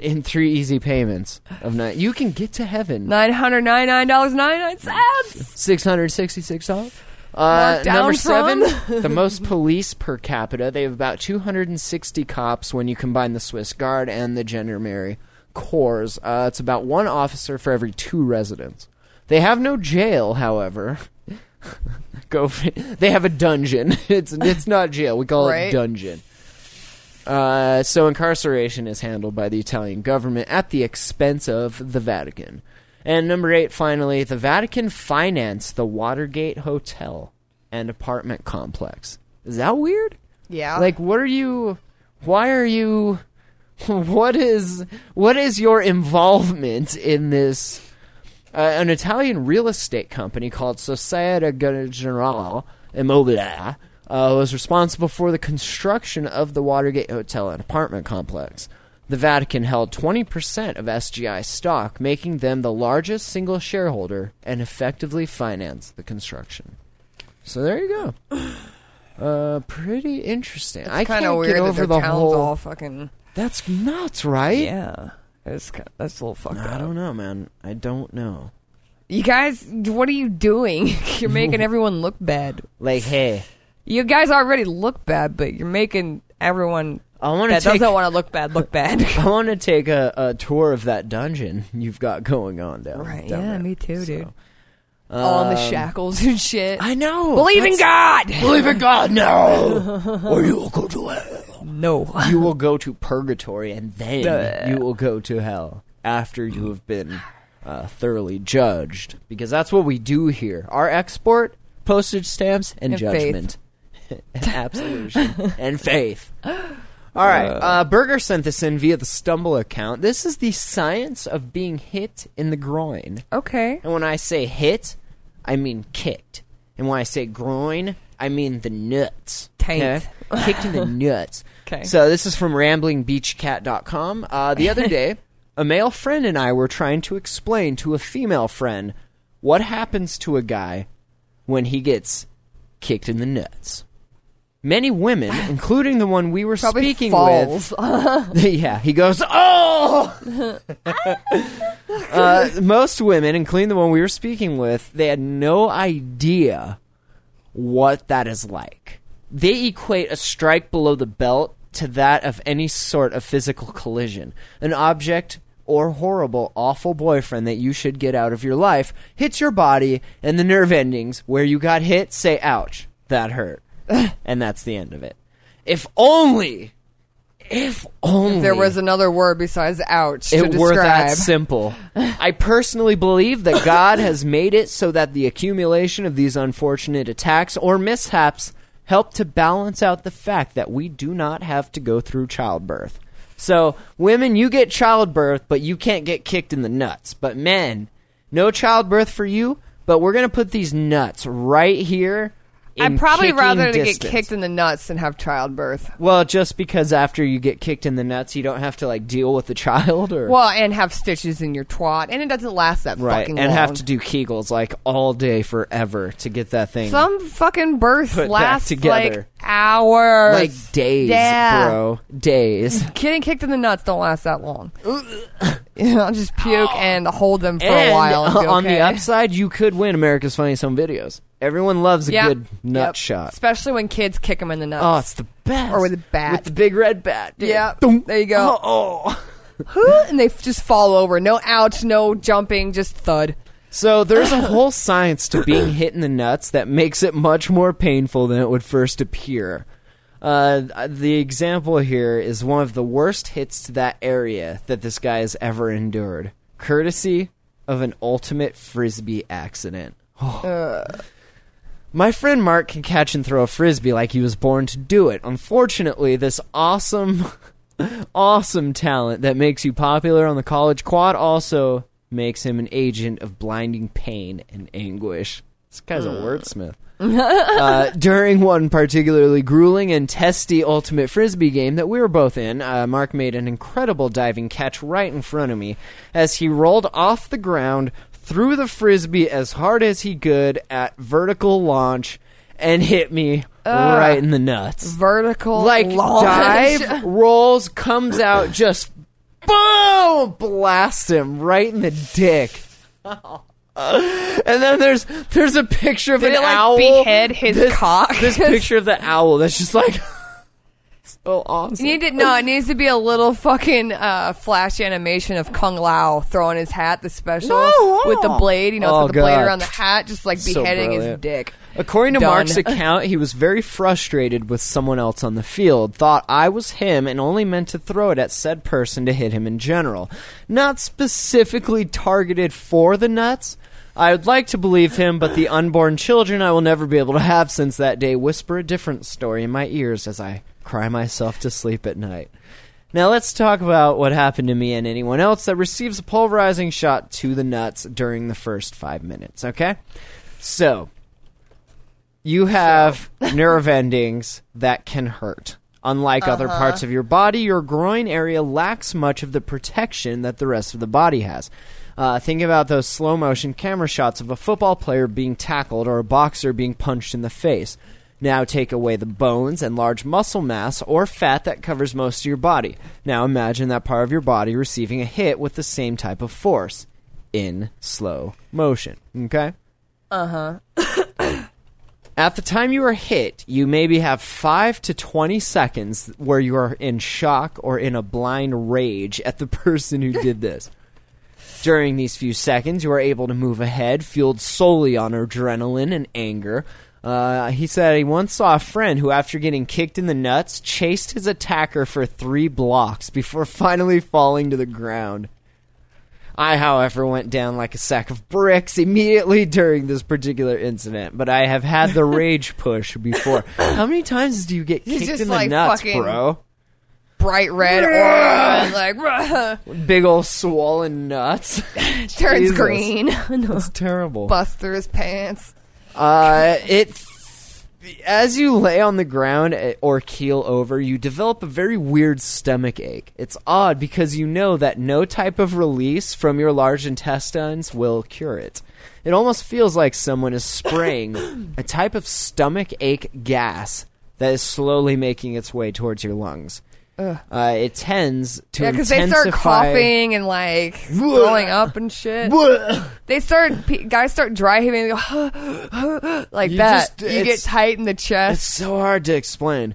S1: in three easy payments of nine. You can get to heaven.
S2: Nine hundred ninety nine dollars ninety nine cents.
S1: $666. Uh,
S2: Marked down
S1: number
S2: from.
S1: seven, the most police per capita. They have about 260 cops when you combine the Swiss Guard and the Gendarmerie Corps. Uh, it's about one officer for every two residents. They have no jail, however. Go. fi- they have a dungeon. *laughs* It's it's not jail. We call it
S2: Right.
S1: dungeon. Uh, so incarceration is handled by the Italian government at the expense of the Vatican. And number eight, finally, the Vatican financed the Watergate Hotel and apartment complex. Is that weird?
S2: Yeah.
S1: Like, what are you? Why are you? *laughs* What is what is your involvement in this? Uh, an Italian real estate company called Società Generale Immobiliare uh, was responsible for the construction of the Watergate Hotel and apartment complex. The Vatican held 20% of SGI stock, making them the largest single shareholder, and effectively financed the construction. So there you go.
S2: *sighs*
S1: Uh, pretty interesting. I
S2: kind of
S1: can't
S2: weird
S1: get
S2: that
S1: over
S2: their
S1: the
S2: town's
S1: whole.
S2: all fucking.
S1: That's nuts, right?
S2: Yeah. It's kind of, that's a little fucked
S1: I
S2: up.
S1: don't know, man. I don't know.
S2: You guys, what are you doing? *laughs* you're
S1: *laughs*
S2: making everyone look bad.
S1: Like, hey,
S2: You guys already look bad, but you're making everyone
S1: I want to
S2: that
S1: take.
S2: doesn't want to look bad look bad.
S1: *laughs*
S2: *laughs*
S1: I want to take a, a tour of that dungeon you've got going on down.
S2: right?
S1: down
S2: Yeah,
S1: there.
S2: me too, dude.
S1: Um,
S2: All in the shackles and shit.
S1: I know.
S2: Believe in
S1: That's-
S2: God. *laughs*
S1: Believe in God now, or you will go to hell.
S2: No.
S1: You will go to purgatory, and then
S2: Duh.
S1: you will go to hell after you have been uh, thoroughly judged, because that's what we do here. Our export: postage stamps and,
S2: And faith.
S1: judgment, *laughs* and absolution,
S2: *laughs*
S1: and faith. All right. Uh, Berger sent this in via the Stumble account. This is the science of being hit in the groin.
S2: Okay.
S1: And when I say hit, I mean kicked. And when I say groin, I mean the nuts.
S2: Taint.
S1: Okay? Kicked
S2: *laughs*
S1: in the nuts.
S2: 'Kay.
S1: So this is from ramblingbeachcat.com. Uh, the other day, a male friend and I were trying to explain to a female friend what happens to a guy when he gets kicked in the nuts. Many women, including the one we were
S2: Probably
S1: speaking with,
S2: falls.
S1: *laughs* yeah, he goes, oh! uh, most women, including the one we were speaking with, they had no idea what that is like. They equate a strike below the belt to that of any sort of physical collision. An object or horrible, awful boyfriend that you should get out of your life hits your body, and the nerve endings where you got hit say, ouch, that hurt. *laughs* and that's the end of it. If only. If only
S2: There was another word besides ouch to
S1: it were that
S2: describe.
S1: simple. *laughs* I personally believe that God has made it so that the accumulation of these unfortunate attacks or mishaps help to balance out the fact that we do not have to go through childbirth. So, women, you get childbirth, but you can't get kicked in the nuts. But men, no childbirth for you, but we're going to put these nuts right here. in
S2: I'd probably
S1: kicking
S2: rather to get
S1: distance.
S2: kicked in the nuts than have childbirth.
S1: Well, just because after you get kicked in the nuts, you don't have to like deal with the *laughs* child or
S2: Well, and have stitches in your twat, and it doesn't last that
S1: right
S2: fucking
S1: and
S2: long.
S1: have to do kegels like all day forever to get that thing
S2: Some fucking births
S1: Put back
S2: last
S1: together.
S2: like hours,
S1: like days
S2: Yeah.
S1: bro days
S2: *laughs*
S1: *laughs*
S2: Getting kicked in the nuts don't last that long. I'll just puke and hold them for
S1: and
S2: a while. and be
S1: uh, *laughs* on the
S2: okay.
S1: upside, you could win America's Funniest Home Videos. Everyone loves a
S2: Yep.
S1: good nut
S2: Yep.
S1: shot.
S2: especially when kids kick them in the nuts.
S1: Oh, it's the best.
S2: Or with a bat.
S1: With the big red bat. dude.
S2: Yeah,
S1: Thunk.
S2: there you go.
S1: Oh, oh.
S2: *gasps* and they f- just fall over. No ouch, no jumping, just thud.
S1: So there's a whole science to being hit in the nuts that makes it much more painful than it would first appear. Uh, the example here is one of the worst hits to that area that this guy has ever endured, courtesy of an ultimate frisbee accident. My friend Mark can catch and throw a frisbee like he was born to do it. Unfortunately, this awesome, *laughs* awesome talent that makes you popular on the college quad also makes him an agent of blinding pain and anguish. This guy's a wordsmith. Uh, during one particularly grueling and testy ultimate frisbee game that we were both in, uh, Mark made an incredible diving catch right in front of me as he rolled off the ground, threw the frisbee as hard as he could at vertical launch, and hit me right in the nuts.
S2: Vertical
S1: Like *laughs*
S2: launch.
S1: dive rolls comes out just boom blasts him right in the dick. And then there's there's a picture of an
S2: Did it, like,
S1: owl.
S2: behead his
S1: this,
S2: cock?
S1: This picture of the owl that's just like *laughs* so awesome.
S2: *laughs* You need to no. It needs to be a little fucking uh, flash animation of Kung Lao throwing his hat, the special
S1: No,
S2: with the
S1: wow.
S2: blade. You know,
S1: Oh,
S2: with the blade
S1: God.
S2: around the hat, just like
S1: So
S2: beheading his
S1: brilliant.
S2: dick.
S1: According to
S2: Done. *laughs*
S1: Mark's account, he was very frustrated with someone else on the field, thought I was him, and only meant to throw it at said person to hit him in general. Not specifically targeted for the nuts. I would like to believe him, but the unborn children I will never be able to have since that day whisper a different story in my ears as I cry myself to sleep at night. Now let's talk about what happened to me and anyone else that receives a pulverizing shot to the nuts during the first five minutes, okay? So, you have nerve endings that can hurt. Unlike other parts of your body, your groin area lacks much of the protection that the rest of the body has. Uh, think about those slow motion camera shots of a football player being tackled or a boxer being punched in the face. Now take away the bones and large muscle mass or fat that covers most of your body. Now imagine that part of your body receiving a hit with the same type of force in slow motion. Okay? At the time you are hit, you maybe have 5 to 20 seconds where you are in shock or in a blind rage at the *laughs* person who did this. During these few seconds, you are able to move ahead, fueled solely on adrenaline and anger. Uh, he said he once saw a friend who, after getting kicked in the nuts, chased his attacker for three blocks before *laughs* finally falling to the ground. I, however, went down like a sack of bricks immediately during this particular incident, but I have had the
S2: *laughs*
S1: rage push before. How many times do you get kicked
S2: just
S1: in the
S2: like
S1: nuts,
S2: fucking-
S1: bro?
S2: Bright red, orange,
S1: *laughs*
S2: like
S1: Big old swollen nuts. *laughs*
S2: turns
S1: Jesus.
S2: green. *laughs* No.
S1: It's terrible.
S2: Bust through his pants.
S1: Uh, it as you lay on the ground eh, or keel over, you develop a very weird stomach ache. It's odd because you know that no type of release from your large intestines will cure it. It almost feels like someone is
S2: *coughs*
S1: spraying a type of stomach ache gas that is slowly making its way towards your lungs. Uh, it tends to
S2: Yeah, because they start
S1: intensify-
S2: coughing and like throwing up and shit. They start pe- guys start dry heaving and go *gasps* like
S1: You
S2: that.
S1: just-
S2: you get
S1: it's-
S2: tight in the
S1: It's
S2: chest.
S1: so hard to explain.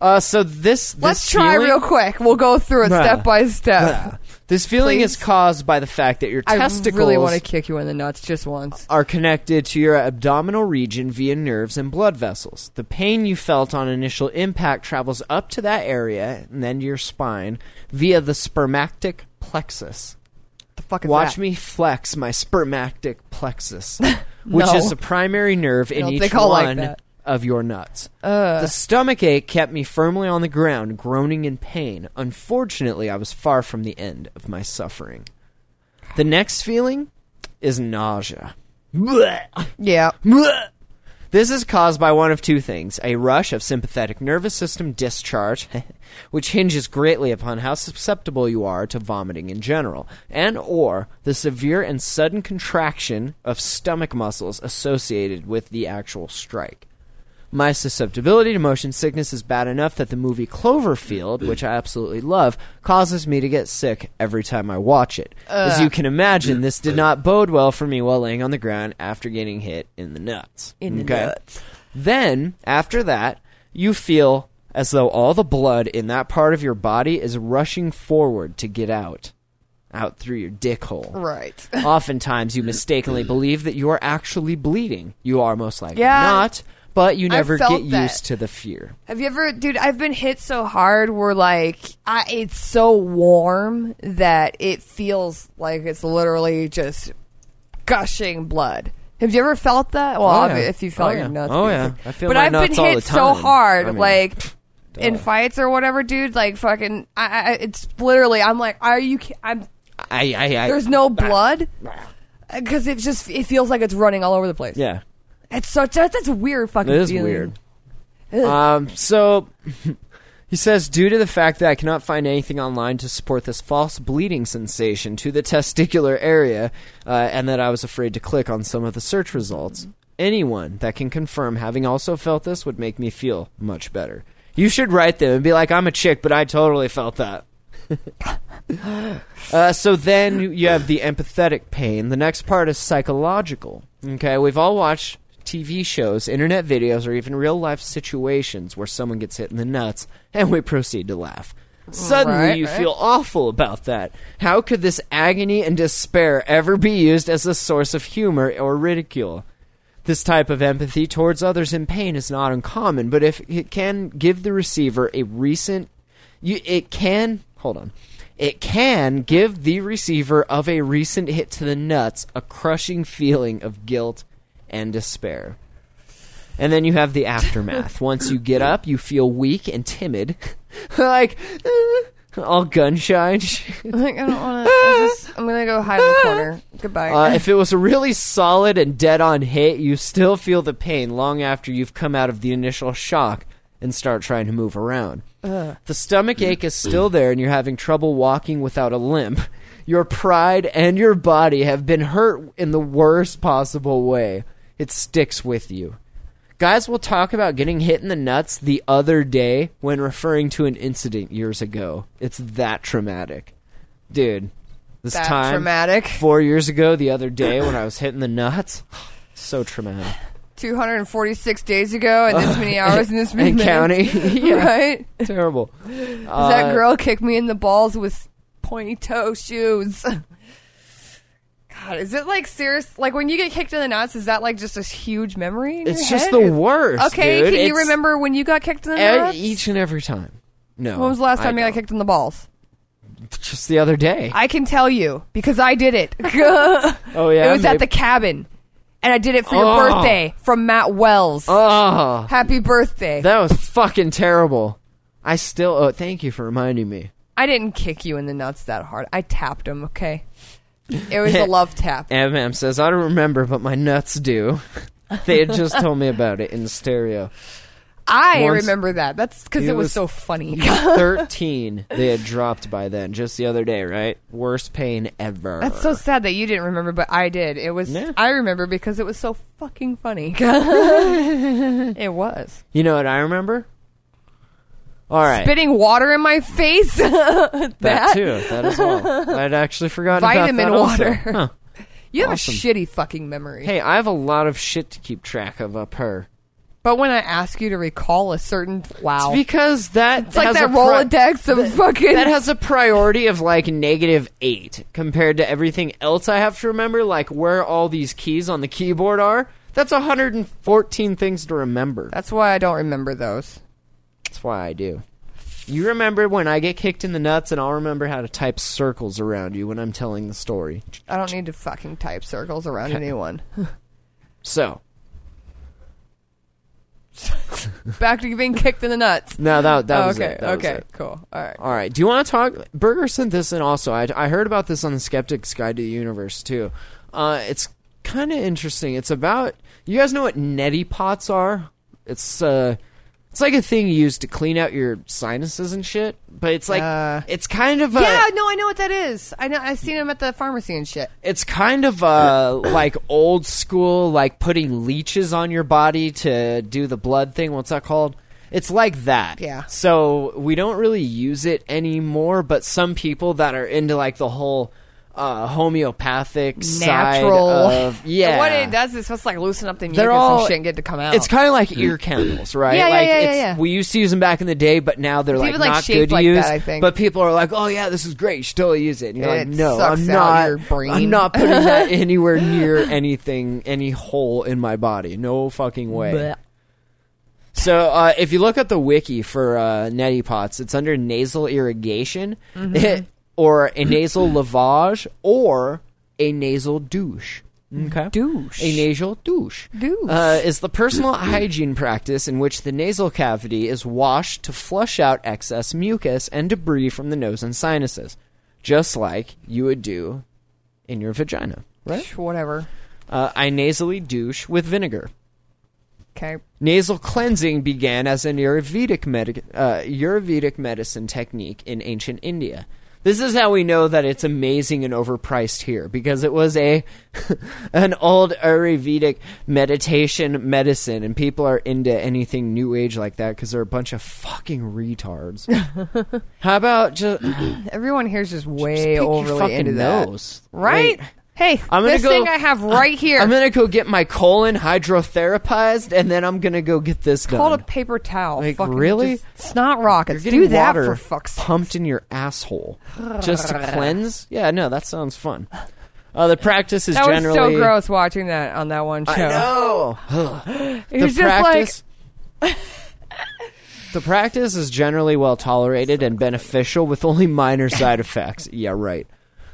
S1: Uh, so this, this
S2: Let's try
S1: feeling-
S2: real quick. We'll go through it
S1: Bruh.
S2: step by step.
S1: This feeling is
S2: Please?
S1: caused by the fact that your
S2: I
S1: testicles
S2: really want to kick you in the nuts just once.
S1: are connected to your abdominal region via nerves and blood vessels. The pain you felt on initial impact travels up to that area and then to your spine via the spermactic plexus.
S2: the fuck is
S1: Watch
S2: that?
S1: me flex my spermactic
S2: *laughs*
S1: plexus, which
S2: No.
S1: is the primary nerve in
S2: don't
S1: each
S2: think I'll like
S1: one
S2: that.
S1: of your nuts. The stomach ache kept me firmly on the ground, groaning in pain. Unfortunately, I was far from the end of my suffering. The next feeling is
S2: *laughs*
S1: nausea. *laughs* Blech.
S2: Yeah.
S1: This is caused by one of two things a rush of sympathetic nervous system discharge, *laughs* which hinges greatly upon how susceptible you are to vomiting in general, and or the severe and sudden contraction of stomach muscles associated with the actual strike. My susceptibility to motion sickness is bad enough that the movie Cloverfield, which I absolutely love, causes me to get sick every time I watch it. As you can imagine, this did not bode well for me while laying on the ground after getting hit in the nuts.
S2: In the nuts.
S1: Then, after that, you feel as though all the blood in that part of your body is rushing forward to get out. Out through your dick hole.
S2: Right. *laughs*
S1: Oftentimes, you mistakenly believe that you are actually bleeding. You are most likely
S2: Yeah.
S1: not, but you never
S2: felt
S1: get
S2: that.
S1: used to the fear.
S2: Have you ever, dude? I've been hit so hard where like I, it's so warm that it feels like it's literally just gushing blood. Have you ever felt that? Well,
S1: Oh,
S2: obvi-
S1: yeah.
S2: if you felt
S1: Oh,
S2: your
S1: yeah.
S2: nuts,
S1: Oh,
S2: being
S1: yeah.
S2: thick.
S1: I feel
S2: but
S1: my
S2: I've
S1: nuts
S2: been
S1: all
S2: hit
S1: the
S2: so
S1: time.
S2: hard,
S1: I mean, *sniffs*
S2: like in fights or whatever, dude. Like fucking, I, I, it's literally. I'm like, are you? ki- I'm.
S1: I, I, I,
S2: There's no blood because it just it feels like it's running all over the place.
S1: Yeah,
S2: it's such that's, that's a weird. Fucking.
S1: it is
S2: feeling.
S1: weird. Um, so *laughs* he says, due to the fact that I cannot find anything online to support this false bleeding sensation to the testicular area, uh, and that I was afraid to click on some of the search results, anyone that can confirm having also felt this would make me feel much better. You should write them and be like, I'm a chick, but I totally felt that. Uh, so then you- you have the empathetic pain. The next part is psychological. Okay, we've all watched TV shows, internet videos, or even real life situations where someone gets hit in the nuts and we proceed to laugh. Suddenly
S2: Right,
S1: you
S2: right.
S1: feel awful about that. How could this agony and despair ever be used as a source of humor or ridicule? This type of empathy towards others in pain is not uncommon, but if it can give the receiver a recent you it can hold on. It can give the receiver of a recent hit to the nuts a crushing feeling of guilt and despair. And then you have the aftermath. Once you get up, you feel weak and timid. *laughs* like *laughs* all gun shy and shit.
S2: Like, I don't want to. I'm gonna go hide in the corner. Goodbye.
S1: Uh, if it was a really solid and dead on hit, you still feel the pain long after you've come out of the initial shock and start trying to move around. The stomach ache is still there, and you're having trouble walking without a limp. Your pride and your body have been hurt in the worst possible way. It sticks with you. Guys will talk about getting hit in the nuts the other day when referring to an incident years ago. It's that traumatic. Dude, this
S2: That
S1: time
S2: traumatic.
S1: four years ago the other day when I was hitting the nuts. So
S2: *sighs*
S1: traumatic.
S2: 246 days ago and this many hours and this many
S1: Uh, And
S2: *laughs*
S1: county. *laughs*
S2: minutes.
S1: yeah. Uh,
S2: Right?
S1: Terrible.
S2: that girl kicked me in the balls with pointy toe shoes. *laughs* God, is it like serious? Like when you get kicked in the nuts, is that like just a huge memory? in your
S1: It's just
S2: head?
S1: the worst.
S2: Okay,
S1: dude.
S2: can
S1: It's
S2: you remember when you got kicked in the
S1: e-
S2: nuts?
S1: each and every time? No.
S2: when was the last time you
S1: I
S2: got kicked in the balls?
S1: kicked? Just the other
S2: *laughs*
S1: day.
S2: I can tell you because I did it. *laughs* it
S1: oh yeah.
S2: was at the
S1: maybe-
S2: cabin, and I did it for your
S1: Oh.
S2: birthday from Matt Wells.
S1: oh,
S2: Happy birthday!
S1: that was fucking terrible. I still. Oh, thank you for reminding me.
S2: I didn't kick you in the nuts that hard. I tapped him, okay? It was a love tap.
S1: MM says, I don't remember, but my nuts do. *laughs* they had just told me about it in
S2: *laughs*
S1: stereo.
S2: I
S1: Once-
S2: remember that. That's because
S1: It
S2: it was,
S1: was-
S2: so
S1: *laughs*
S2: funny.
S1: 13 they had dropped by then, just the other day, right? Worst pain ever.
S2: That's so sad that you didn't remember, but I did. It was
S1: Yeah.
S2: I remember because it was so fucking
S1: *laughs*
S2: funny. *laughs* it was
S1: You know what I remember? All right.
S2: spitting water in my face. *laughs* that,
S1: that, too. That as
S2: *laughs*
S1: well. I'd actually forgotten
S2: Vitamin
S1: about that also.
S2: water.
S1: Huh.
S2: You have
S1: Awesome.
S2: a shitty fucking memory.
S1: Hey, I have a lot of shit to keep track of up her.
S2: But when I ask you to recall a certain wow,
S1: Because that
S2: it's like
S1: has
S2: that
S1: a pri-
S2: Rolodex of fucking.
S1: that has a priority of like negative eight compared to everything else I have to remember, like where all these keys on the keyboard are. That's 114 things to remember.
S2: That's why I don't remember those.
S1: That's why I do. You remember when I get kicked in the nuts, and I'll remember how to type circles around you when I'm telling the story.
S2: I don't need to fucking type circles around anyone. *laughs*
S1: So,
S2: Back to being kicked in the nuts.
S1: no, that, *laughs* that
S2: Oh,
S1: was
S2: okay,
S1: it. That was
S2: okay,
S1: it.
S2: cool. All right.
S1: All right. Do you want to talk? Berger sent this in also. I, I heard about this on the Skeptic's Guide to the Universe too. Uh, it's kind of interesting. It's about you guys know what neti pots are. It's uh, It's like a thing you use to clean out your sinuses and shit, but it's like
S2: Uh,
S1: it's kind of a
S2: yeah, no, I know what that is. I know. I've seen them at the pharmacy and shit.
S1: it's kind of uh like old school like putting leeches on your body to do the blood thing what's that called it's like that
S2: Yeah.
S1: so we don't really use it anymore but some people that are into like the whole uh homeopathic
S2: Natural.
S1: side of yeah
S2: *laughs* What it does is supposed to like loosen up the mucus
S1: They're all-
S2: and shit and get it to come out.
S1: it's kind of like ear candles, right?
S2: Yeah, yeah,
S1: like
S2: yeah,
S1: it's,
S2: yeah, yeah.
S1: We used to use them back in the day, but now they're like
S2: even, like,
S1: not
S2: shaped
S1: good to
S2: like
S1: use.
S2: that, I think.
S1: But people are like, "Oh yeah, this is great. You should totally use it." And you're like,
S2: It
S1: "No,
S2: sucks
S1: I'm
S2: out
S1: not.
S2: your brain."
S1: I'm not
S2: *laughs*
S1: putting that anywhere near anything, any hole in my body. No fucking way."
S2: Blech.
S1: So uh, if you look at the wiki for uh, neti pots, it's under nasal irrigation,
S2: Mm-hmm.
S1: or a nasal lavage, or a nasal douche.
S2: Mm-hmm.
S1: Okay.
S2: Douche.
S1: A nasal douche.
S2: Douche.
S1: Uh, is the personal *clears throat* hygiene practice in which the nasal cavity is washed to flush out excess mucus and debris from the nose and sinuses, just like you would do in your vagina. Right?
S2: Whatever.
S1: Uh, I nasally douche with vinegar.
S2: Okay.
S1: Nasal cleansing began as an Ayurvedic, medi- uh, Ayurvedic medicine technique in ancient India. This is how we know that it's amazing and overpriced here because it was a *laughs* an old Ayurvedic meditation medicine, and people are into anything New Age like that because they're a bunch of fucking
S2: *laughs*
S1: retards. how about just,
S2: Everyone here's just
S1: just
S2: way
S1: pick your
S2: overly
S1: fucking
S2: into that.
S1: nose,
S2: Right?
S1: Like,
S2: hey,
S1: I'm gonna
S2: this
S1: go-
S2: thing I have right here.
S1: *laughs* I'm gonna go get my colon hydrotherapized, and then I'm gonna go get this
S2: Hold
S1: done.
S2: a paper towel.
S1: Like,
S2: Fucking
S1: really?
S2: just- it's not rockets.
S1: You're getting
S2: Do that
S1: water
S2: for fuck's sake.
S1: pumped in your asshole just
S2: *laughs*
S1: to cleanse. Yeah, no, that sounds fun. Uh, the practice is
S2: That was
S1: generally
S2: so gross watching that on that one show.
S1: I know.
S2: It was
S1: the
S2: just like
S1: practice. *laughs* the practice is generally well tolerated and beneficial, with only minor
S2: *laughs*
S1: side effects. Yeah, right.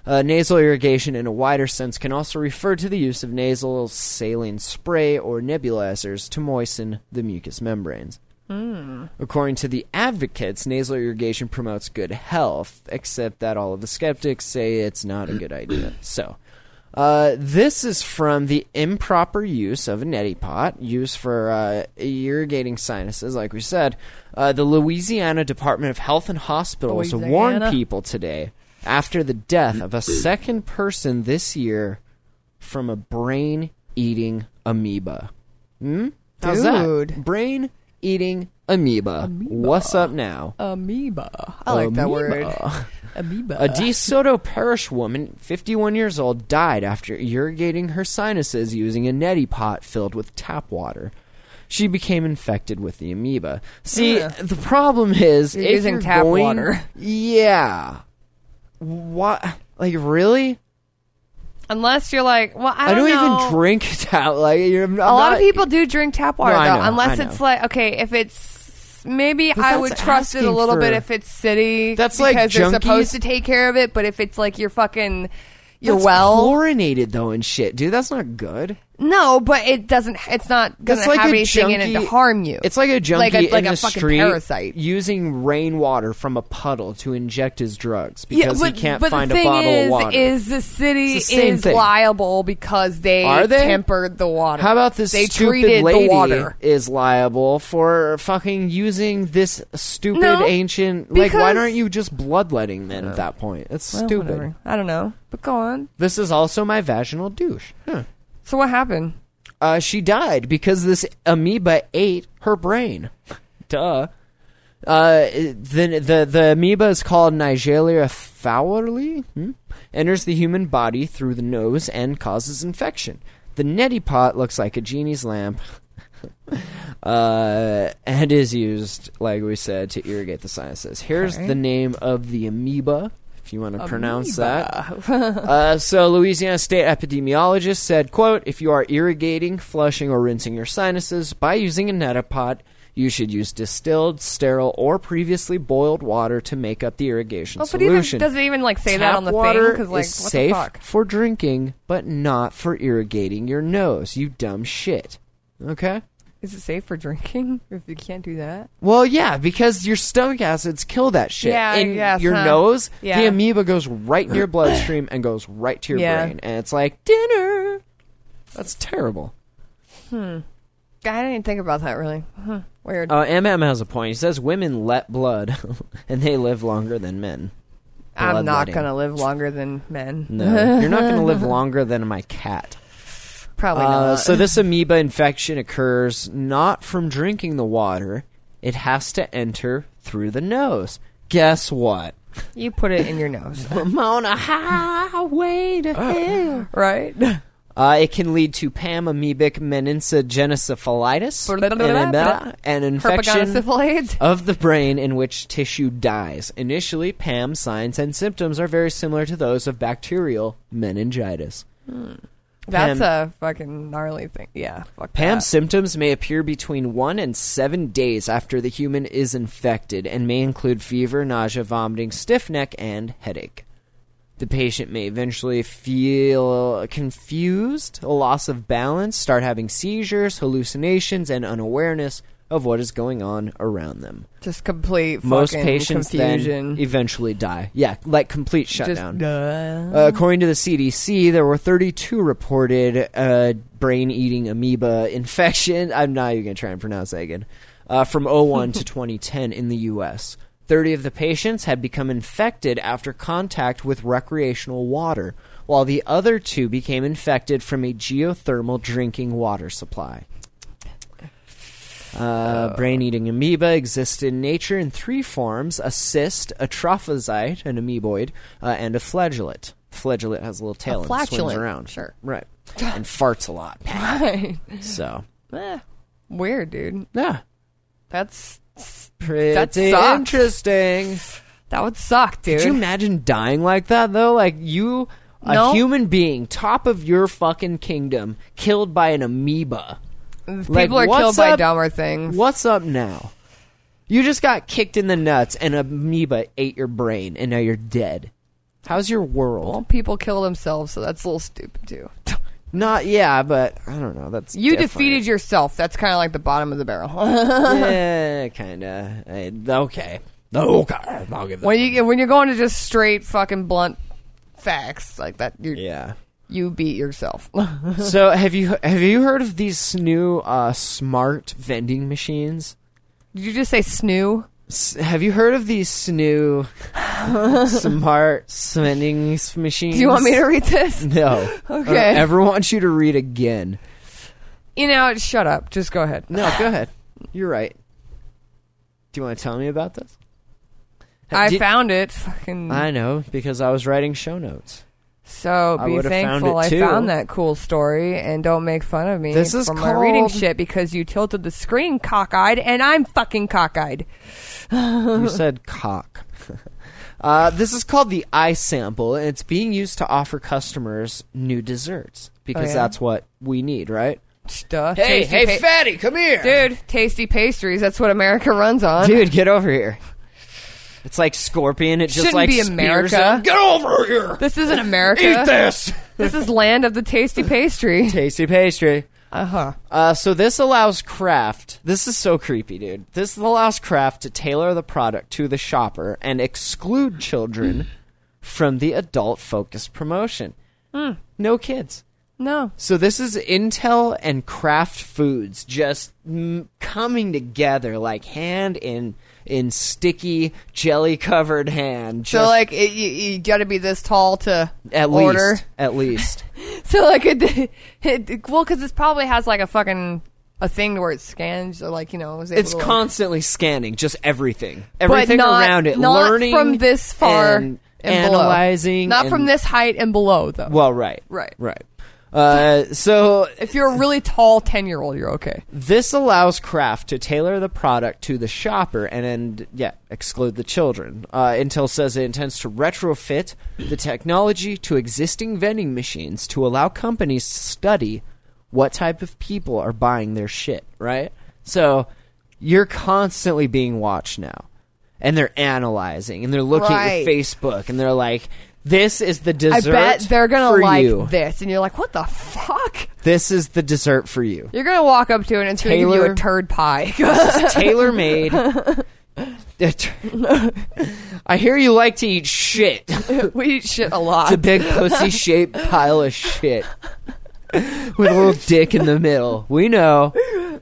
S1: Uh, nasal irrigation, in a wider sense, can also refer to the use of nasal saline spray or nebulizers to moisten the mucous membranes. According to the advocates, nasal irrigation promotes good health, except that all of the skeptics say it's not a good idea. So, uh, this is from the improper use of a neti pot used for uh, irrigating sinuses, like we said. Uh, the Louisiana Department of Health and Hospitals warned
S2: Louisiana.
S1: people today after the death of a second person this year from a brain eating amoeba. Hmm? How's
S2: Dude.
S1: that? Brain eating amoeba. What's up now?
S2: amoeba. I like that word.
S1: uh,
S2: Amoeba.
S1: A DeSoto Parish woman, 51 years old, died after irrigating her sinuses using a neti pot filled with tap water. She became infected with the amoeba. See,
S2: Ugh.
S1: the problem is
S2: You're
S1: if
S2: using
S1: you're
S2: tap
S1: going-
S2: water.
S1: Yeah. What? Like really?
S2: Unless you're like, well, I
S1: I
S2: don't,
S1: don't,
S2: know.
S1: even drink *laughs* tap. Like you're, I'm
S2: A lot
S1: not-
S2: of people do drink tap water
S1: No, I
S2: though,
S1: know,
S2: unless
S1: I
S2: it's
S1: know.
S2: like okay, if it's maybe
S1: But
S2: I
S1: that's
S2: would trust it a
S1: asking
S2: little
S1: for-
S2: bit if it's city.
S1: That's
S2: because
S1: like
S2: they're
S1: junkies.
S2: supposed to take care of it, but if it's like your fucking your
S1: That's
S2: well,
S1: chlorinated though and shit, dude. That's not good.
S2: no, but it doesn't. It's not gonna
S1: That's like
S2: have
S1: a
S2: anything in it to
S1: junkie-
S2: harm you.
S1: It's like a junkie
S2: Like a- like
S1: in
S2: a
S1: the
S2: fucking
S1: street
S2: parasite.
S1: using rainwater from a puddle to inject his drugs
S2: Yeah,
S1: because
S2: but,
S1: he can't
S2: but
S1: find
S2: the thing
S1: a bottle
S2: is,
S1: of water.
S2: is the city
S1: It's the same
S2: is
S1: thing.
S2: liable because they
S1: Are they?
S2: tempered the water.
S1: How about this
S2: They
S1: stupid
S2: treated
S1: lady
S2: the water.
S1: is liable for fucking using this stupid
S2: No,
S1: ancient? Like, why
S2: because-
S1: aren't you just bloodletting then at that point? It's
S2: Oh. Well,
S1: stupid.
S2: whatever. I don't know, but go on.
S1: This is also my vaginal douche. Huh.
S2: So what happened?
S1: uh, she died because this amoeba ate her brain. *laughs* Duh. Uh, the, the the amoeba is called Nigelia fowleri. Hmm? Enters the human body through the nose and causes infection. The neti pot looks like a genie's lamp, uh, and is used, like we said, to irrigate the sinuses. Here's the name of the amoeba, if you want to pronounce that.
S2: *laughs*
S1: Uh, so Louisiana state epidemiologist said, quote, if you are irrigating, flushing, or rinsing your sinuses by using a netapot, you should use distilled, sterile, or previously boiled water to make up the irrigation
S2: Oh, but even,
S1: solution.
S2: does it even like say that
S1: Tap
S2: on the
S1: water
S2: thing? Because like,
S1: is
S2: what
S1: safe
S2: the fuck?
S1: for drinking, but not for irrigating your nose. You dumb shit. Okay.
S2: Is it safe for drinking *laughs* if you can't do that?
S1: Well, yeah, because your stomach acids kill that shit.
S2: Yeah, I
S1: in
S2: guess,
S1: your
S2: huh?
S1: nose,
S2: Yeah.
S1: the amoeba goes right in *coughs* your bloodstream and goes right to your
S2: Yeah.
S1: brain, and it's like dinner. That's terrible.
S2: I didn't even think about that really. Huh. Weird.
S1: Uh, MM has a point. He says women let blood, *laughs* and they live longer than men.
S2: I'm not
S1: bloodletting.
S2: gonna live longer than men.
S1: No, you're not going to
S2: *laughs*
S1: live longer than my cat.
S2: Probably
S1: Uh, *laughs*
S2: not.
S1: so this amoeba infection occurs not from drinking the water; it has to enter through the nose. Guess what?
S2: you put it in your nose, *laughs*
S1: I'm on a highway to hell.
S2: right?
S1: Uh, it can lead to pamamoebic meningoencephalitis, an, amoeba- uh, an infection
S2: Herpagonosyphilades.
S1: of the brain in which tissue dies. Initially, PAM signs and symptoms are very similar to those of bacterial meningitis.
S2: That's
S1: Pam-
S2: a fucking gnarly thing. Yeah. Fuck
S1: PAM
S2: that.
S1: symptoms may appear between one and seven days after the human is infected and may include fever, nausea, vomiting, stiff neck, and headache. The patient may eventually feel confused, a loss of balance, start having seizures, hallucinations, and unawareness of what is going on around them.
S2: Just complete fucking
S1: Most patients
S2: confusion.
S1: then eventually die. Yeah, like complete
S2: Just
S1: shutdown.
S2: duh.
S1: Uh, according to the CDC, there were 32 reported uh, brain-eating amoeba infection. I'm not even going to try and pronounce that again. Uh, from 01
S2: *laughs*
S1: to 2010 in the U.S., 30 of the patients had become infected after contact with recreational water, while the other two became infected from a geothermal drinking water supply. Uh, brain eating amoeba exist in nature in three forms a cyst, a trophozoite, an amoeboid, uh, and a flagellate. Flagellate has a little tail and swings
S2: flatulent,
S1: around.
S2: sure.
S1: Right.
S2: *sighs*
S1: And farts a lot.
S2: *laughs* Right.
S1: So,
S2: Eh, Weird, dude.
S1: yeah.
S2: That's
S1: Pretty
S2: sucks.
S1: interesting.
S2: that would suck, dude.
S1: Could you imagine dying like that, though? Like, you, a
S2: No.
S1: human being, top of your fucking kingdom, killed by an amoeba.
S2: People
S1: like,
S2: are
S1: what's
S2: killed by
S1: up-
S2: dumber things.
S1: What's up now? You just got kicked in the nuts and a amoeba ate your brain and now you're dead. How's your
S2: Well,
S1: world?
S2: people kill themselves, so that's a little stupid too. *laughs*
S1: Not yeah, but I don't know. That's
S2: You defeated yourself. That's kind of like the bottom of the barrel.
S1: *laughs*
S2: *laughs*
S1: yeah, kind of. Okay, okay, I'll give that.
S2: when you when you're going to just straight fucking blunt facts like that, you
S1: yeah.
S2: you beat yourself. *laughs*
S1: so have you have you heard of these new uh, smart vending machines?
S2: Did you just say snoo?
S1: S- Have you heard of these
S2: *laughs*
S1: new smart vending machines?
S2: Do you want me to read this?
S1: *laughs* No. I
S2: Okay.
S1: don't ever want you to read again.
S2: You know, shut up. Just go ahead.
S1: No, go ahead. You're right. Do you want to tell me about this?
S2: I
S1: Did-
S2: found it. Fucking.
S1: I know because I was writing show notes.
S2: so
S1: I
S2: be
S1: would've found
S2: thankful
S1: it,
S2: I
S1: too.
S2: found that cool story, and don't make fun of me
S1: This is
S2: for my reading
S1: called-
S2: shit because you tilted the screen cockeyed, and I'm fucking cockeyed. *laughs*
S1: You said cock. *laughs* Uh, this is called the I sample, and it's being used to offer customers new desserts because
S2: Oh, yeah?
S1: that's what we need, right?
S2: Duh. Tasty pa-
S1: fatty, come here,
S2: dude! Tasty pastries. That's what America runs on.
S1: dude, get over here. It's like scorpion. It just
S2: Shouldn't
S1: like
S2: be
S1: spears
S2: America.
S1: him. Get over here.
S2: This isn't America.
S1: this.
S2: This is land of the tasty *laughs* pastry.
S1: Tasty pastry.
S2: Uh huh.
S1: Uh, so this allows Kraft. This is so creepy, dude. This allows Kraft to tailor the product to the shopper and exclude
S2: *clears throat*
S1: children from the adult-focused promotion.
S2: Hmm.
S1: No kids.
S2: No.
S1: So this is Intel and Kraft Foods just mm, coming together like hand in in sticky jelly-covered hand.
S2: So
S1: just
S2: like it, you, you got to be this tall to
S1: at
S2: order.
S1: least, at least.
S2: *laughs* So like it, it well because this probably has like a fucking a thing where it scans or like you know is able
S1: It's
S2: to, like-
S1: constantly scanning just everything, everything
S2: not-
S1: around it,
S2: not
S1: learning
S2: from this far
S1: and,
S2: and below.
S1: analyzing,
S2: not
S1: and-
S2: from this height and below though.
S1: Well, right,
S2: Right.
S1: right. Uh, so
S2: if you're a really tall ten year old, you're okay.
S1: this allows Kraft to tailor the product to the shopper and, and yeah, exclude the children. Uh, Intel says it intends to retrofit the technology to existing vending machines to allow companies to study what type of people are buying their shit, right? So you're constantly being watched now. And they're analyzing and they're looking at
S2: Right.
S1: your Facebook and they're like, this is the
S2: I
S1: dessert.
S2: bet they're gonna
S1: for
S2: like
S1: you.
S2: this, and you're like, what the fuck?
S1: This is the dessert for you.
S2: You're gonna walk up to it and it's gonna give you
S1: Taylor-
S2: a turd pie. *laughs*
S1: tailor made. I hear you like to eat shit. It's
S2: we eat shit a lot.
S1: a big pussy shaped pile of shit. with a little dick in the middle. We know.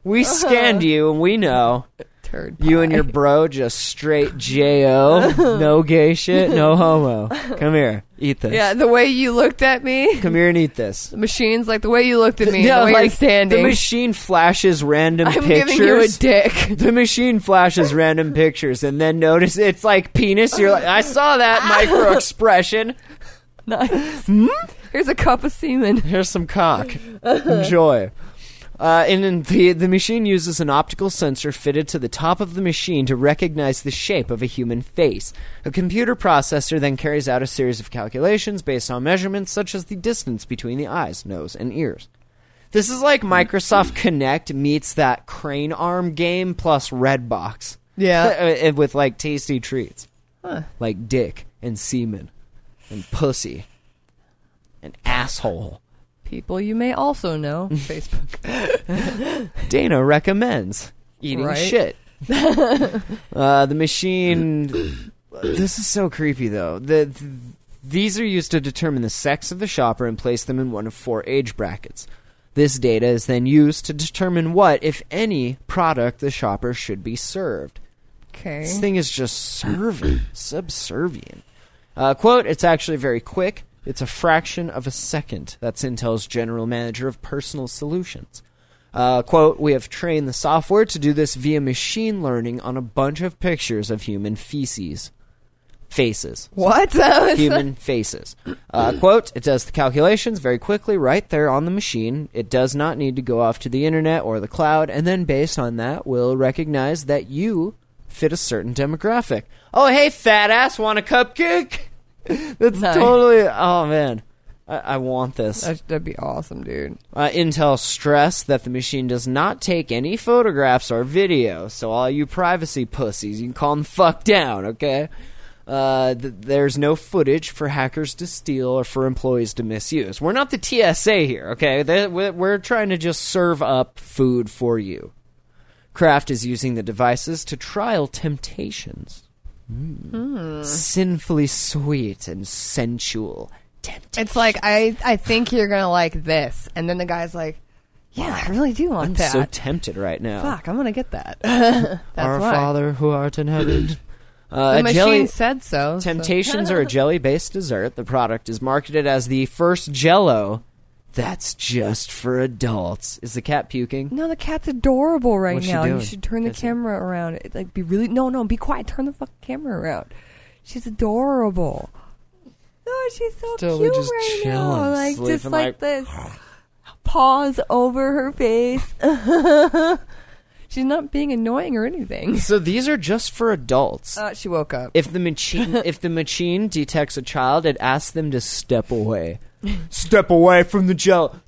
S1: We scanned you, and we know
S2: Turd.
S1: you and your bro just straight jo. No gay shit. No homo. Come here, eat this.
S2: Yeah, the way you looked at me.
S1: Come here and eat this.
S2: The machines, like the way you looked at me, the way you're standing.
S1: the machine flashes random
S2: *laughs* I'm
S1: pictures.
S2: giving you
S1: *laughs*
S2: a dick.
S1: The machine flashes random pictures and then notice it's like penis. You're like, I saw that micro expression.
S2: Hmm? Here's a cup of semen.
S1: Here's some cock. Enjoy. Uh, and then the, the machine uses an optical sensor fitted to the top of the machine to recognize the shape of a human face. A computer processor then carries out a series of calculations based on measurements such as the distance between the eyes, nose, and ears. This is like Microsoft Connect meets that crane arm game plus Redbox. *laughs*
S2: Yeah.
S1: Uh, uh, with like tasty treats, like dick and semen and pussy and asshole.
S2: People you may
S1: *laughs*
S2: also know. Facebook.
S1: Dana recommends eating
S2: Right. *laughs*
S1: shit. uh, the machine. this is so creepy, though. The, th- these are used to determine the sex of the shopper and place them in one of four age brackets. This data is then used to determine what, if any, product the shopper should be served.
S2: Okay.
S1: This thing is just serving, *clears throat* subservient. Uh, quote, it's actually very quick. It's a fraction of a second. That's Intel's general manager of personal solutions. Uh, quote, we have trained the software to do this via machine learning on a bunch of pictures of human feces. Faces.
S2: What? *laughs* That
S1: *laughs*
S2: was-
S1: Human faces. Uh, quote, it does the calculations very quickly right there on the machine. It does not need to go off to the internet or the cloud, and then based on that, will recognize that you fit a certain demographic. Oh, hey, fat ass, want a cupcake? *laughs* That's
S2: Nice.
S1: totally. Oh, man. I, I want this.
S2: That- That'd be awesome, dude.
S1: Uh, Intel stressed that the machine does not take any photographs or video, so all you privacy pussies, you can calm the fuck down, okay? Uh, th- there's no footage for hackers to steal or for employees to misuse. We're not the TSA here, okay? They- We're we're trying to just serve up food for you. Kraft is using the devices to trial temptations.
S2: Hmm.
S1: Sinfully sweet and sensual temptations.
S2: It's like I, I think you're gonna like this, and then the guy's like, "Yeah, I really do want
S1: I'm
S2: that."
S1: so Uh, tempted right now.
S2: Fuck, I'm gonna get that. That's
S1: Our
S2: why.
S1: Father who art in *coughs* heaven. Uh,
S2: the
S1: a
S2: machine
S1: jelly,
S2: said so. so-
S1: Temptations
S2: *laughs*
S1: are a jelly based dessert. The product is marketed as the first jello. That's just for adults. Is the cat
S2: *laughs*
S1: puking?
S2: No, the cat's adorable right
S1: What's she
S2: now. You
S1: doing?
S2: should turn the
S1: Is it-
S2: camera around. It, like, be really no, no, be quiet. Turn the fucking camera around. She's adorable. Oh, she's so
S1: Totally
S2: cute
S1: just
S2: right now.
S1: chilling,
S2: Like just
S1: sleeping
S2: like,
S1: like- *sighs*
S2: this, paws over her face. *laughs* she's not being annoying or anything.
S1: So these are just for adults.
S2: Uh, she woke up.
S1: if the
S2: *laughs*
S1: machine if the machine detects a child, it asks them to step
S2: *laughs*
S1: away. step away from the jello.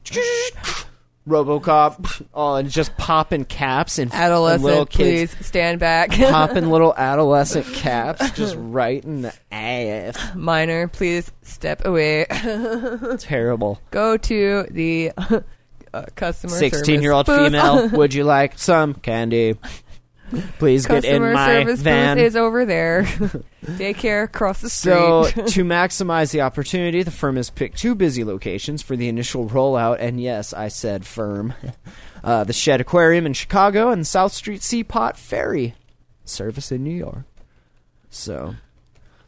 S1: Robocop. Oh, and just popping caps and, and
S2: Adolescent,
S1: little kids. Uh-huh.
S2: please stand back.
S1: popping little adolescent caps just right in the ass.
S2: *laughs* Minor, please step away. *laughs*
S1: Terrible.
S2: Go to the *laughs* uh, customer service
S1: 16 year old
S2: booth. *laughs*
S1: female, would you like some candy? Please get in
S2: customer
S1: my
S2: service
S1: van.
S2: booth is
S1: *laughs*
S2: over there. Daycare across the street.
S1: So, *laughs* to maximize the opportunity, the firm has picked two busy locations for the initial rollout. And yes, I said firm. Uh, the Shed Aquarium in Chicago and South Street Seapot Ferry service in New York. So,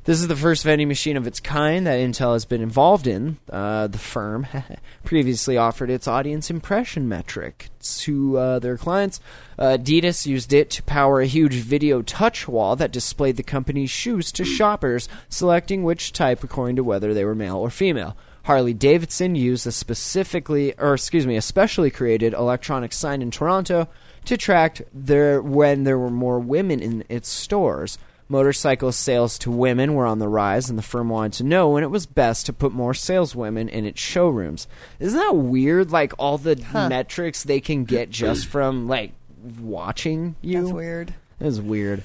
S1: this is the first vending machine of its kind that Intel has been involved in. Uh, the firm *laughs* previously offered its audience impression metric to uh, their clients. Uh, Adidas used it to power a huge video touch wall that displayed the company's shoes to shoppers, selecting which type according to whether they were male or female. Harley Davidson used a specifically, or excuse me, a specially created electronic sign in Toronto to track their when there were more women in its stores. Motorcycle sales to women were on the rise, and the firm wanted to know when it was best to put more saleswomen in its showrooms. Isn't that weird? Like all the metrics they can get just from like watching you.
S2: That's weird.
S1: It's weird.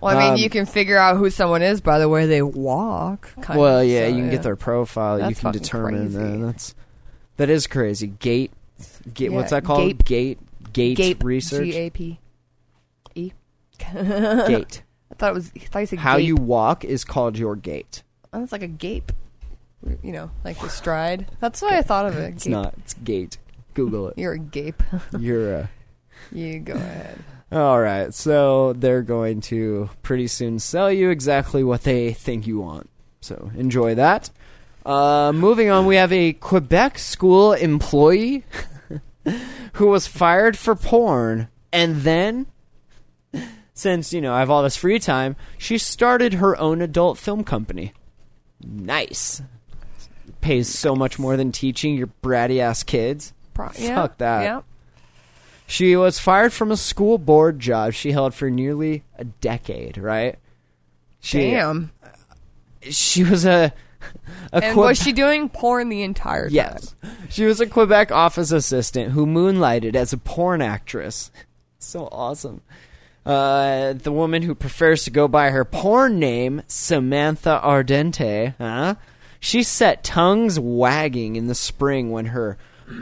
S2: Well, I mean,
S1: Um,
S2: you can figure out who someone is by the way they walk. kind
S1: Well,
S2: of,
S1: yeah,
S2: so,
S1: you can get their profile. you
S2: That's
S1: can
S2: fucking
S1: determine
S2: crazy.
S1: uh, that's that is crazy. Gate, gate.
S2: Yeah,
S1: what's that called?
S2: gape.
S1: Gate, gate,
S2: Gape,
S1: research.
S2: G E A P E.
S1: Gate. *laughs*
S2: I thought it was. I thought you said
S1: How
S2: gape.
S1: you walk is called your gate.
S2: Oh, it's like a gape. you know, like his stride. That's what I thought of it.
S1: It's
S2: Gape.
S1: not. It's gate. Google
S2: *laughs*
S1: it.
S2: You're a gape.
S1: You're uh, a.
S2: you go ahead.
S1: All right, so they're going to pretty soon sell you exactly what they think you want. So enjoy that. Uh, moving on, we have a Quebec school employee *laughs* who was fired for porn, and then, since you know I have all this free time, she started her own adult film company. Nice. Pays so much more than teaching your bratty ass kids.
S2: Pro-
S1: Fuck that. She was fired from a school board job she held for nearly a decade, right? She,
S2: Damn.
S1: She was a. a
S2: And
S1: Quebe-
S2: was she doing porn the entire
S1: *laughs*
S2: time?
S1: Yes. She was a Quebec office assistant who moonlighted as a porn actress. *laughs* so awesome. Uh, the woman who prefers to go by her porn name, Samantha Ardente, huh? She set tongues wagging in the spring when her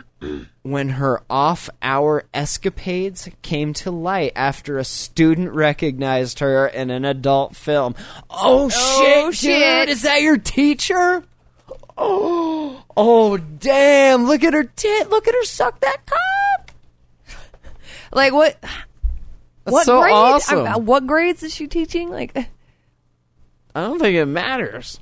S1: *clears throat* when her off-hour escapades came to light after a student recognized her in an adult film. Oh, shit,
S2: shit.
S1: dude, is that your teacher? *gasps* Oh, oh, damn! Look at her tit. Look at her suck that cock.
S2: Like what? what
S1: so
S2: grade?
S1: awesome.
S2: I'm- what grades is she teaching? Like,
S1: I don't think it matters.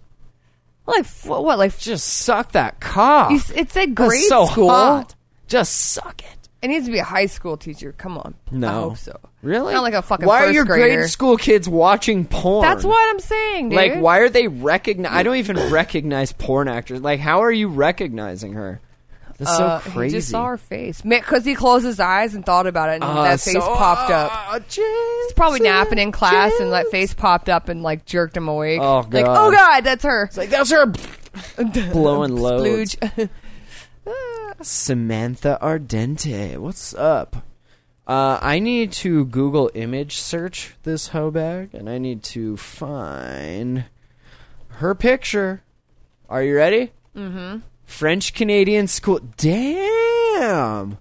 S2: like what? what like
S1: Just suck that cock.
S2: you s- it said
S1: That's
S2: grade
S1: so
S2: school.
S1: hot. Just suck it.
S2: It needs to be a high school teacher. Come on.
S1: No,
S2: I hope so.
S1: Really?
S2: Not like a fucking
S1: Why are
S2: first
S1: your
S2: grader.
S1: grade school kids watching porn?
S2: That's what I'm saying, dude.
S1: Like, why are they recognize? I don't even recognize porn actors. Like, how are you recognizing her? That's
S2: Uh,
S1: so crazy.
S2: He just saw her face because he closed his eyes and thought about it, and
S1: Uh,
S2: that face popped up.
S1: He's
S2: Probably napping in class, and that face popped up and like jerked him awake.
S1: Oh,
S2: Like,
S1: God.
S2: oh god, that's her.
S1: Like that's
S2: *laughs*
S1: her blowing low.
S2: Splooge.
S1: Samantha Ardente. What's up? Uh, I need to Google image search this hoe bag, and I need to find her picture. Are you ready? Mm-hmm. French Canadian school. Damn.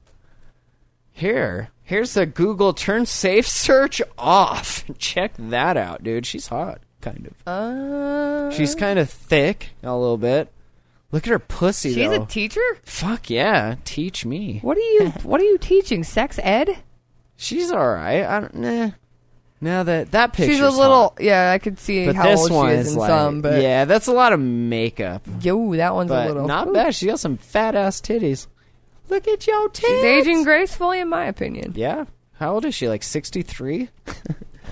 S1: Here, here's the Google turn safe search off. *laughs* Check that out, dude. She's hot, kind of.
S2: Uh,
S1: She's kind of thick a little bit. Look at her pussy
S2: She's
S1: though.
S2: a teacher.
S1: Fuck yeah, teach me.
S2: What are *laughs* you? What are you teaching? Sex ed?
S1: She's all right. I don't nah. Now that that picture,
S2: She's a little. Yeah, I could see
S1: But
S2: how
S1: this
S2: old
S1: one
S2: she is,
S1: is
S2: in
S1: like,
S2: some. But
S1: yeah, that's a lot of makeup,
S2: yo, that one's
S1: but
S2: a little.
S1: not bad. She got some fat ass titties. Look at your tits.
S2: She's aging gracefully, in my opinion.
S1: Yeah. How old is she? Like sixty three.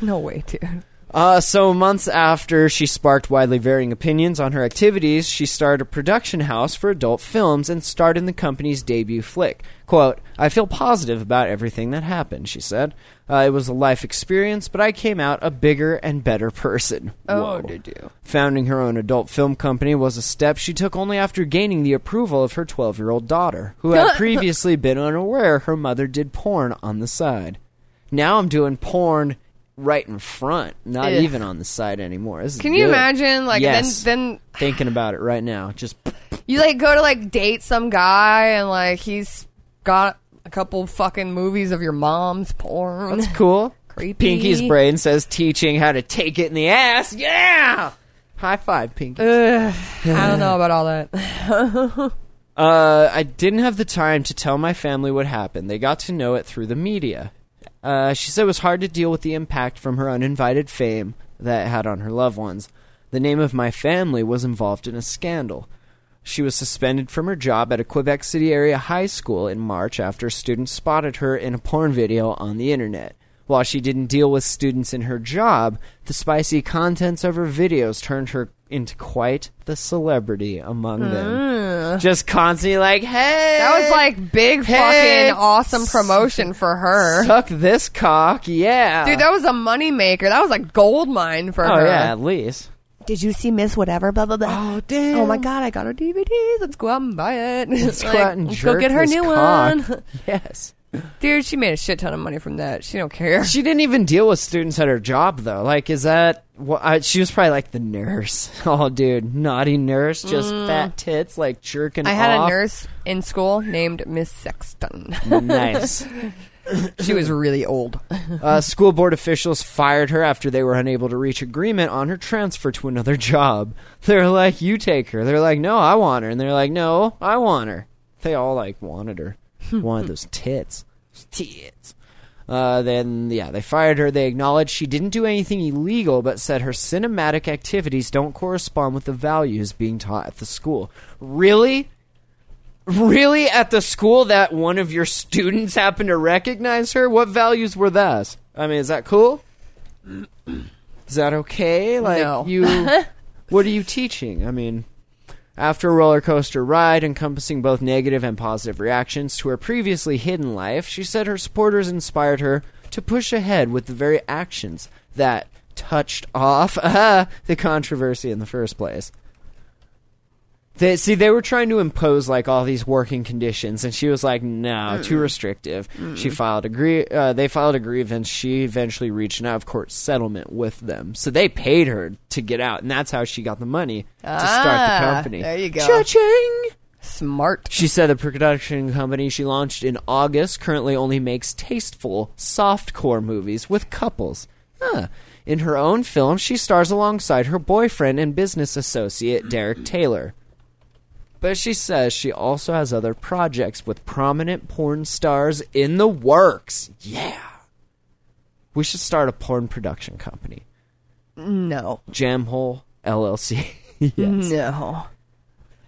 S2: No way, dude.
S1: Uh, so months after she sparked widely varying opinions on her activities, she started a production house for adult films and starred in the company's debut flick. "Quote: I feel positive about everything that happened," she said. Uh, "It was a life experience, but I came out a bigger and better person."
S2: Oh,
S1: Whoa.
S2: did you?
S1: Founding her own adult film company was a step she took only after gaining the approval of her 12 year old daughter, who
S2: *laughs*
S1: had previously been unaware her mother did porn on the side. Now I'm doing porn right in front, not
S2: Ugh.
S1: even on the side anymore. This is
S2: Can you
S1: good.
S2: imagine? Like
S1: Yes.
S2: then,
S1: Thinking about it right now. Just *laughs*
S2: then you like go to like date some guy and like he's got a couple fucking movies of your mom's porn. *laughs*
S1: it's cool.
S2: Creepy.
S1: Pinky's brain says teaching how to take it in the ass. Yeah! High five, Pinky.
S2: I don't know about all *laughs* that.
S1: Uh, I didn't have the time to tell my family what happened. They got to know it through the media. Uh, she said it was hard to deal with the impact from her uninvited fame that it had on her loved ones. The name of my family was involved in a scandal. She was suspended from her job at a Quebec City area high school in March after students spotted her in a porn video on the internet. While she didn't deal with students in her job, the spicy contents of her videos turned her into quite the celebrity among them. Just constantly like, hey,
S2: That was like big
S1: Hey.
S2: fucking awesome promotion for her.
S1: suck this cock, yeah,
S2: Dude, that was a moneymaker. That was a gold mine for
S1: oh
S2: her.
S1: yeah, at least.
S2: Did you see Miss Whatever? Blah blah blah.
S1: Oh damn!
S2: Oh my god, I got her DVD. Let's go out and buy it. *laughs*
S1: Let's go out and
S2: let's
S1: jerk
S2: go get her
S1: this
S2: new
S1: cock. *laughs*
S2: one.
S1: Yes.
S2: Dude, she made a shit ton of money from that. She don't care.
S1: She didn't even deal with students at her job though. Like, is that? Well, I, she was probably like the nurse. *laughs* Oh, dude, naughty nurse, just fat tits, like jerking.
S2: Mm. I had
S1: off. *laughs*
S2: *laughs* a nurse in school named Miss Sexton.
S1: Nice.
S2: She was really old.
S1: Uh, school board officials fired her after they were unable to reach agreement on her transfer to another job. *laughs* They're like, "You take her." They're like, "No, I want her," and they're like, "No, I want her." They all like wanted her, wanted those tits, Those tits. Uh, then yeah, they fired her. They acknowledged she didn't do anything illegal, but said her cinematic activities don't correspond with the values being taught at the school. Really? Really, at the school that one of your students happened to recognize her? What values were those? I mean, is that cool? Is that okay? Like
S2: No.
S1: you what are you teaching? I mean, after a roller coaster ride encompassing both negative and positive reactions to her previously hidden life, she said her supporters inspired her to push ahead with the very actions that touched off *laughs* ah, the controversy in the first place. They, see, they were trying to impose like all these working conditions, and she was like, "No, too restrictive." She filed a grie- uh, they filed a grievance. She eventually reached an out of court settlement with them, so they paid her to get out, and that's how she got the money to start the
S2: Ah,
S1: company.
S2: there you go.
S1: Cha-ching!
S2: Smart.
S1: She said the production company she launched in August currently only makes tasteful, softcore movies with couples. Huh. In her own film, she stars alongside her boyfriend and business associate, Derek Taylor. But she says she also has other projects with prominent porn stars in the works. Yeah. We should start a porn production company.
S2: No.
S1: Jamhole *laughs* LLC. yes.
S2: No.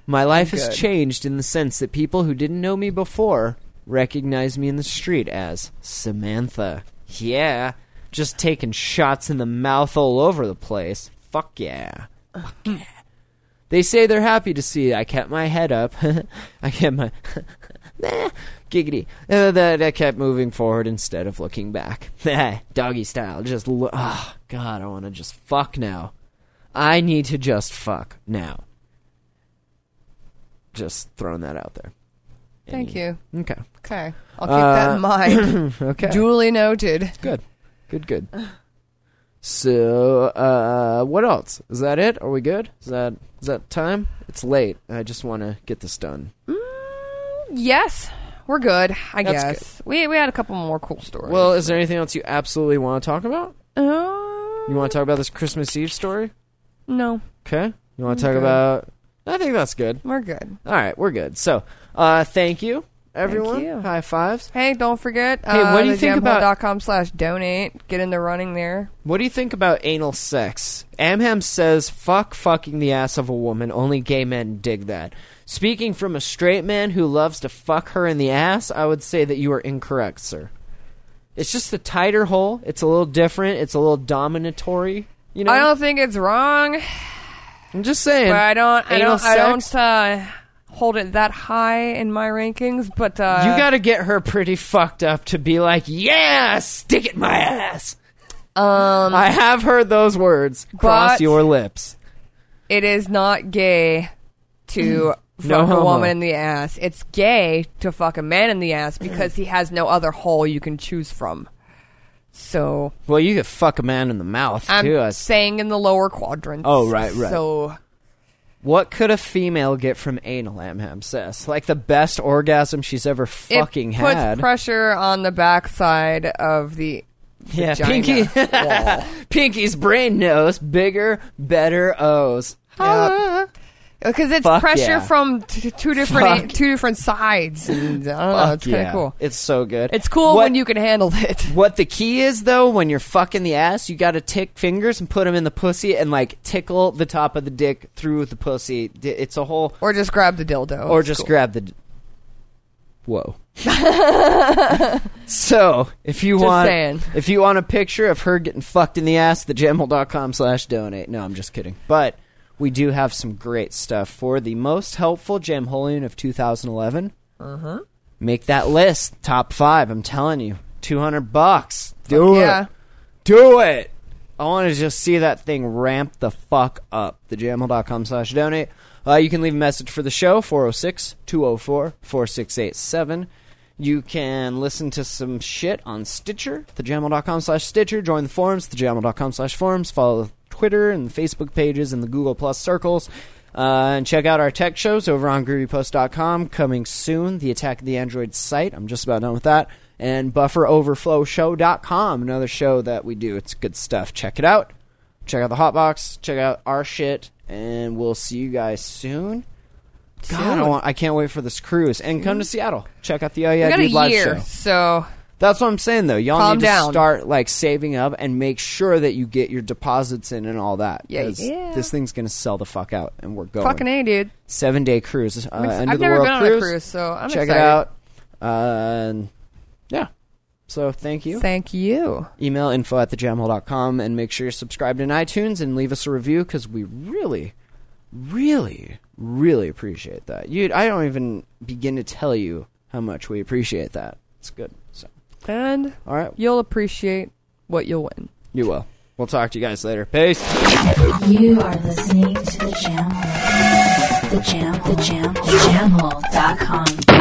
S1: My life has
S2: Good.
S1: changed in the sense that people who didn't know me before recognize me in the street as Samantha. Yeah, just taking shots in the mouth all over the place. Fuck yeah. Fuck yeah. They say they're happy to see I kept my head up. *laughs* I kept my *laughs* Nah, giggity. Uh, that I kept moving forward instead of looking back. *laughs* Doggy style. Just lo- oh, god, I want to just fuck now. I need to just fuck now just throwing that out there.
S2: Thank you.
S1: Okay.
S2: Okay. I'll keep that in mind.
S1: Uh, *clears throat* Okay.
S2: Duly noted.
S1: good. Good. Good. So, uh, what else? Is that it? Are we good? Is that is that time? It's late. I just want to get this done.
S2: Yes, we're good. I
S1: That's
S2: guess we we had a couple more cool stories.
S1: Well, is there anything else you absolutely want to talk about?
S2: uh,
S1: You want to talk about this Christmas Eve story?
S2: no,
S1: Okay. You want to talk about? I think that's good.
S2: we're good.
S1: All right, we're good. So, uh, thank you, everyone.
S2: you.
S1: High fives.
S2: Hey, don't forget.
S1: Hey,
S2: uh,
S1: what do you think about-
S2: com slash donate? Get in the running there.
S1: What do you think about anal sex? Amham says, fuck fucking the ass of a woman. Only gay men dig that. Speaking from a straight man who loves to fuck her in the ass, I would say that you are incorrect, sir. It's just a tighter hole. It's a little different. It's a little dominatory. You know?
S2: I don't think it's wrong,
S1: I'm just saying.
S2: but I don't. I
S1: Anal
S2: don't. I
S1: sex?
S2: don't uh, hold it that high in my rankings. But uh,
S1: you gotta get her pretty fucked up to be like, yeah, stick it in my ass. Um, I have heard those words cross
S2: but-
S1: your lips.
S2: it is not gay to fuck
S1: Mm. No
S2: a
S1: homo.
S2: woman in the ass. It's gay to fuck a man in the ass because he has no other hole you can choose from. So
S1: Well, you could fuck a man in the mouth
S2: I'm
S1: too. I
S2: saying in the lower quadrants.
S1: Oh, right, right.
S2: So
S1: What could a female get from anal amham says? Like the best orgasm she's ever fucking
S2: it puts
S1: had.
S2: pressure on the backside of the
S1: yeah,
S2: vagina
S1: Pinky, *laughs*
S2: wall.
S1: Pinky's brain knows bigger, better O's. Ah.
S2: because it's
S1: Fuck
S2: pressure
S1: yeah.
S2: from t- two different
S1: Fuck.
S2: two different sides. And, I don't know.
S1: Fuck
S2: It's kind of
S1: yeah.
S2: cool.
S1: It's so good.
S2: It's cool
S1: What-
S2: when you can handle it.
S1: *laughs* What the key is though, when you're fucking the ass, you gotta tick fingers and put them in the pussy and like tickle the top of the dick through the pussy. D- It's a whole,
S2: Or just grab the dildo.
S1: or
S2: It's
S1: just
S2: cool.
S1: grab the. D-
S2: *laughs*
S1: Whoa. So if you
S2: Just
S1: want,
S2: saying.
S1: if you want a picture of her getting fucked in the ass, thejamhole.com slash donate. No, I'm just kidding. But we do have some great stuff for the most helpful jamholian of 2011. Uh-huh. Make that list top five. I'm telling you, 200 bucks. Do it.
S2: yeah.
S1: Do it. I want to just see that thing ramp the fuck up. Thejamhole.com slash donate. Uh, you can leave a message for the show, 406 204 4687. You can listen to some shit on Stitcher, thejamhole.com slash Stitcher. Join the forums, thejamhole.com slash forums. Follow the Twitter and the Facebook pages and the Google Plus circles. Uh, and check out our tech shows over on groovypost.com. Coming soon, the Attack of the Android site. I'm just about done with that. and bufferoverflowshow.com, another show that we do. It's good stuff. Check it out. Check out the Hotbox. Check out our shit. And we'll see you guys soon. God, I, want, I can't wait for this cruise. And come to Seattle. Check out the Oh
S2: We
S1: Yeah
S2: got
S1: Dude
S2: a
S1: live
S2: year,
S1: show.
S2: so
S1: That's what I'm saying, though. Y'all
S2: Calm
S1: need to
S2: down.
S1: start like saving up and make sure that you get your deposits in and all that.
S2: Yeah,
S1: 'Cause
S2: yeah.
S1: This thing's gonna sell the fuck out, and we're going.
S2: fucking a, dude.
S1: Seven day cruise. Uh,
S2: ex-
S1: end
S2: I've
S1: of the
S2: never
S1: world
S2: been on a
S1: cruise.
S2: cruise, so I'm
S1: check it
S2: excited.
S1: out. Uh, and yeah. So thank you.
S2: Thank you.
S1: Email info at thejamhole.com and make sure you're subscribed in iTunes and leave us a review because we really, really, really appreciate that. You, I don't even begin to tell you how much we appreciate that. It's good. So
S2: And
S1: all right.
S2: you'll appreciate what you'll win.
S1: You will. We'll talk to you guys later. Peace.
S3: You are listening to the Jam Hole. The Jam, the Jam, the Jam Hole.com.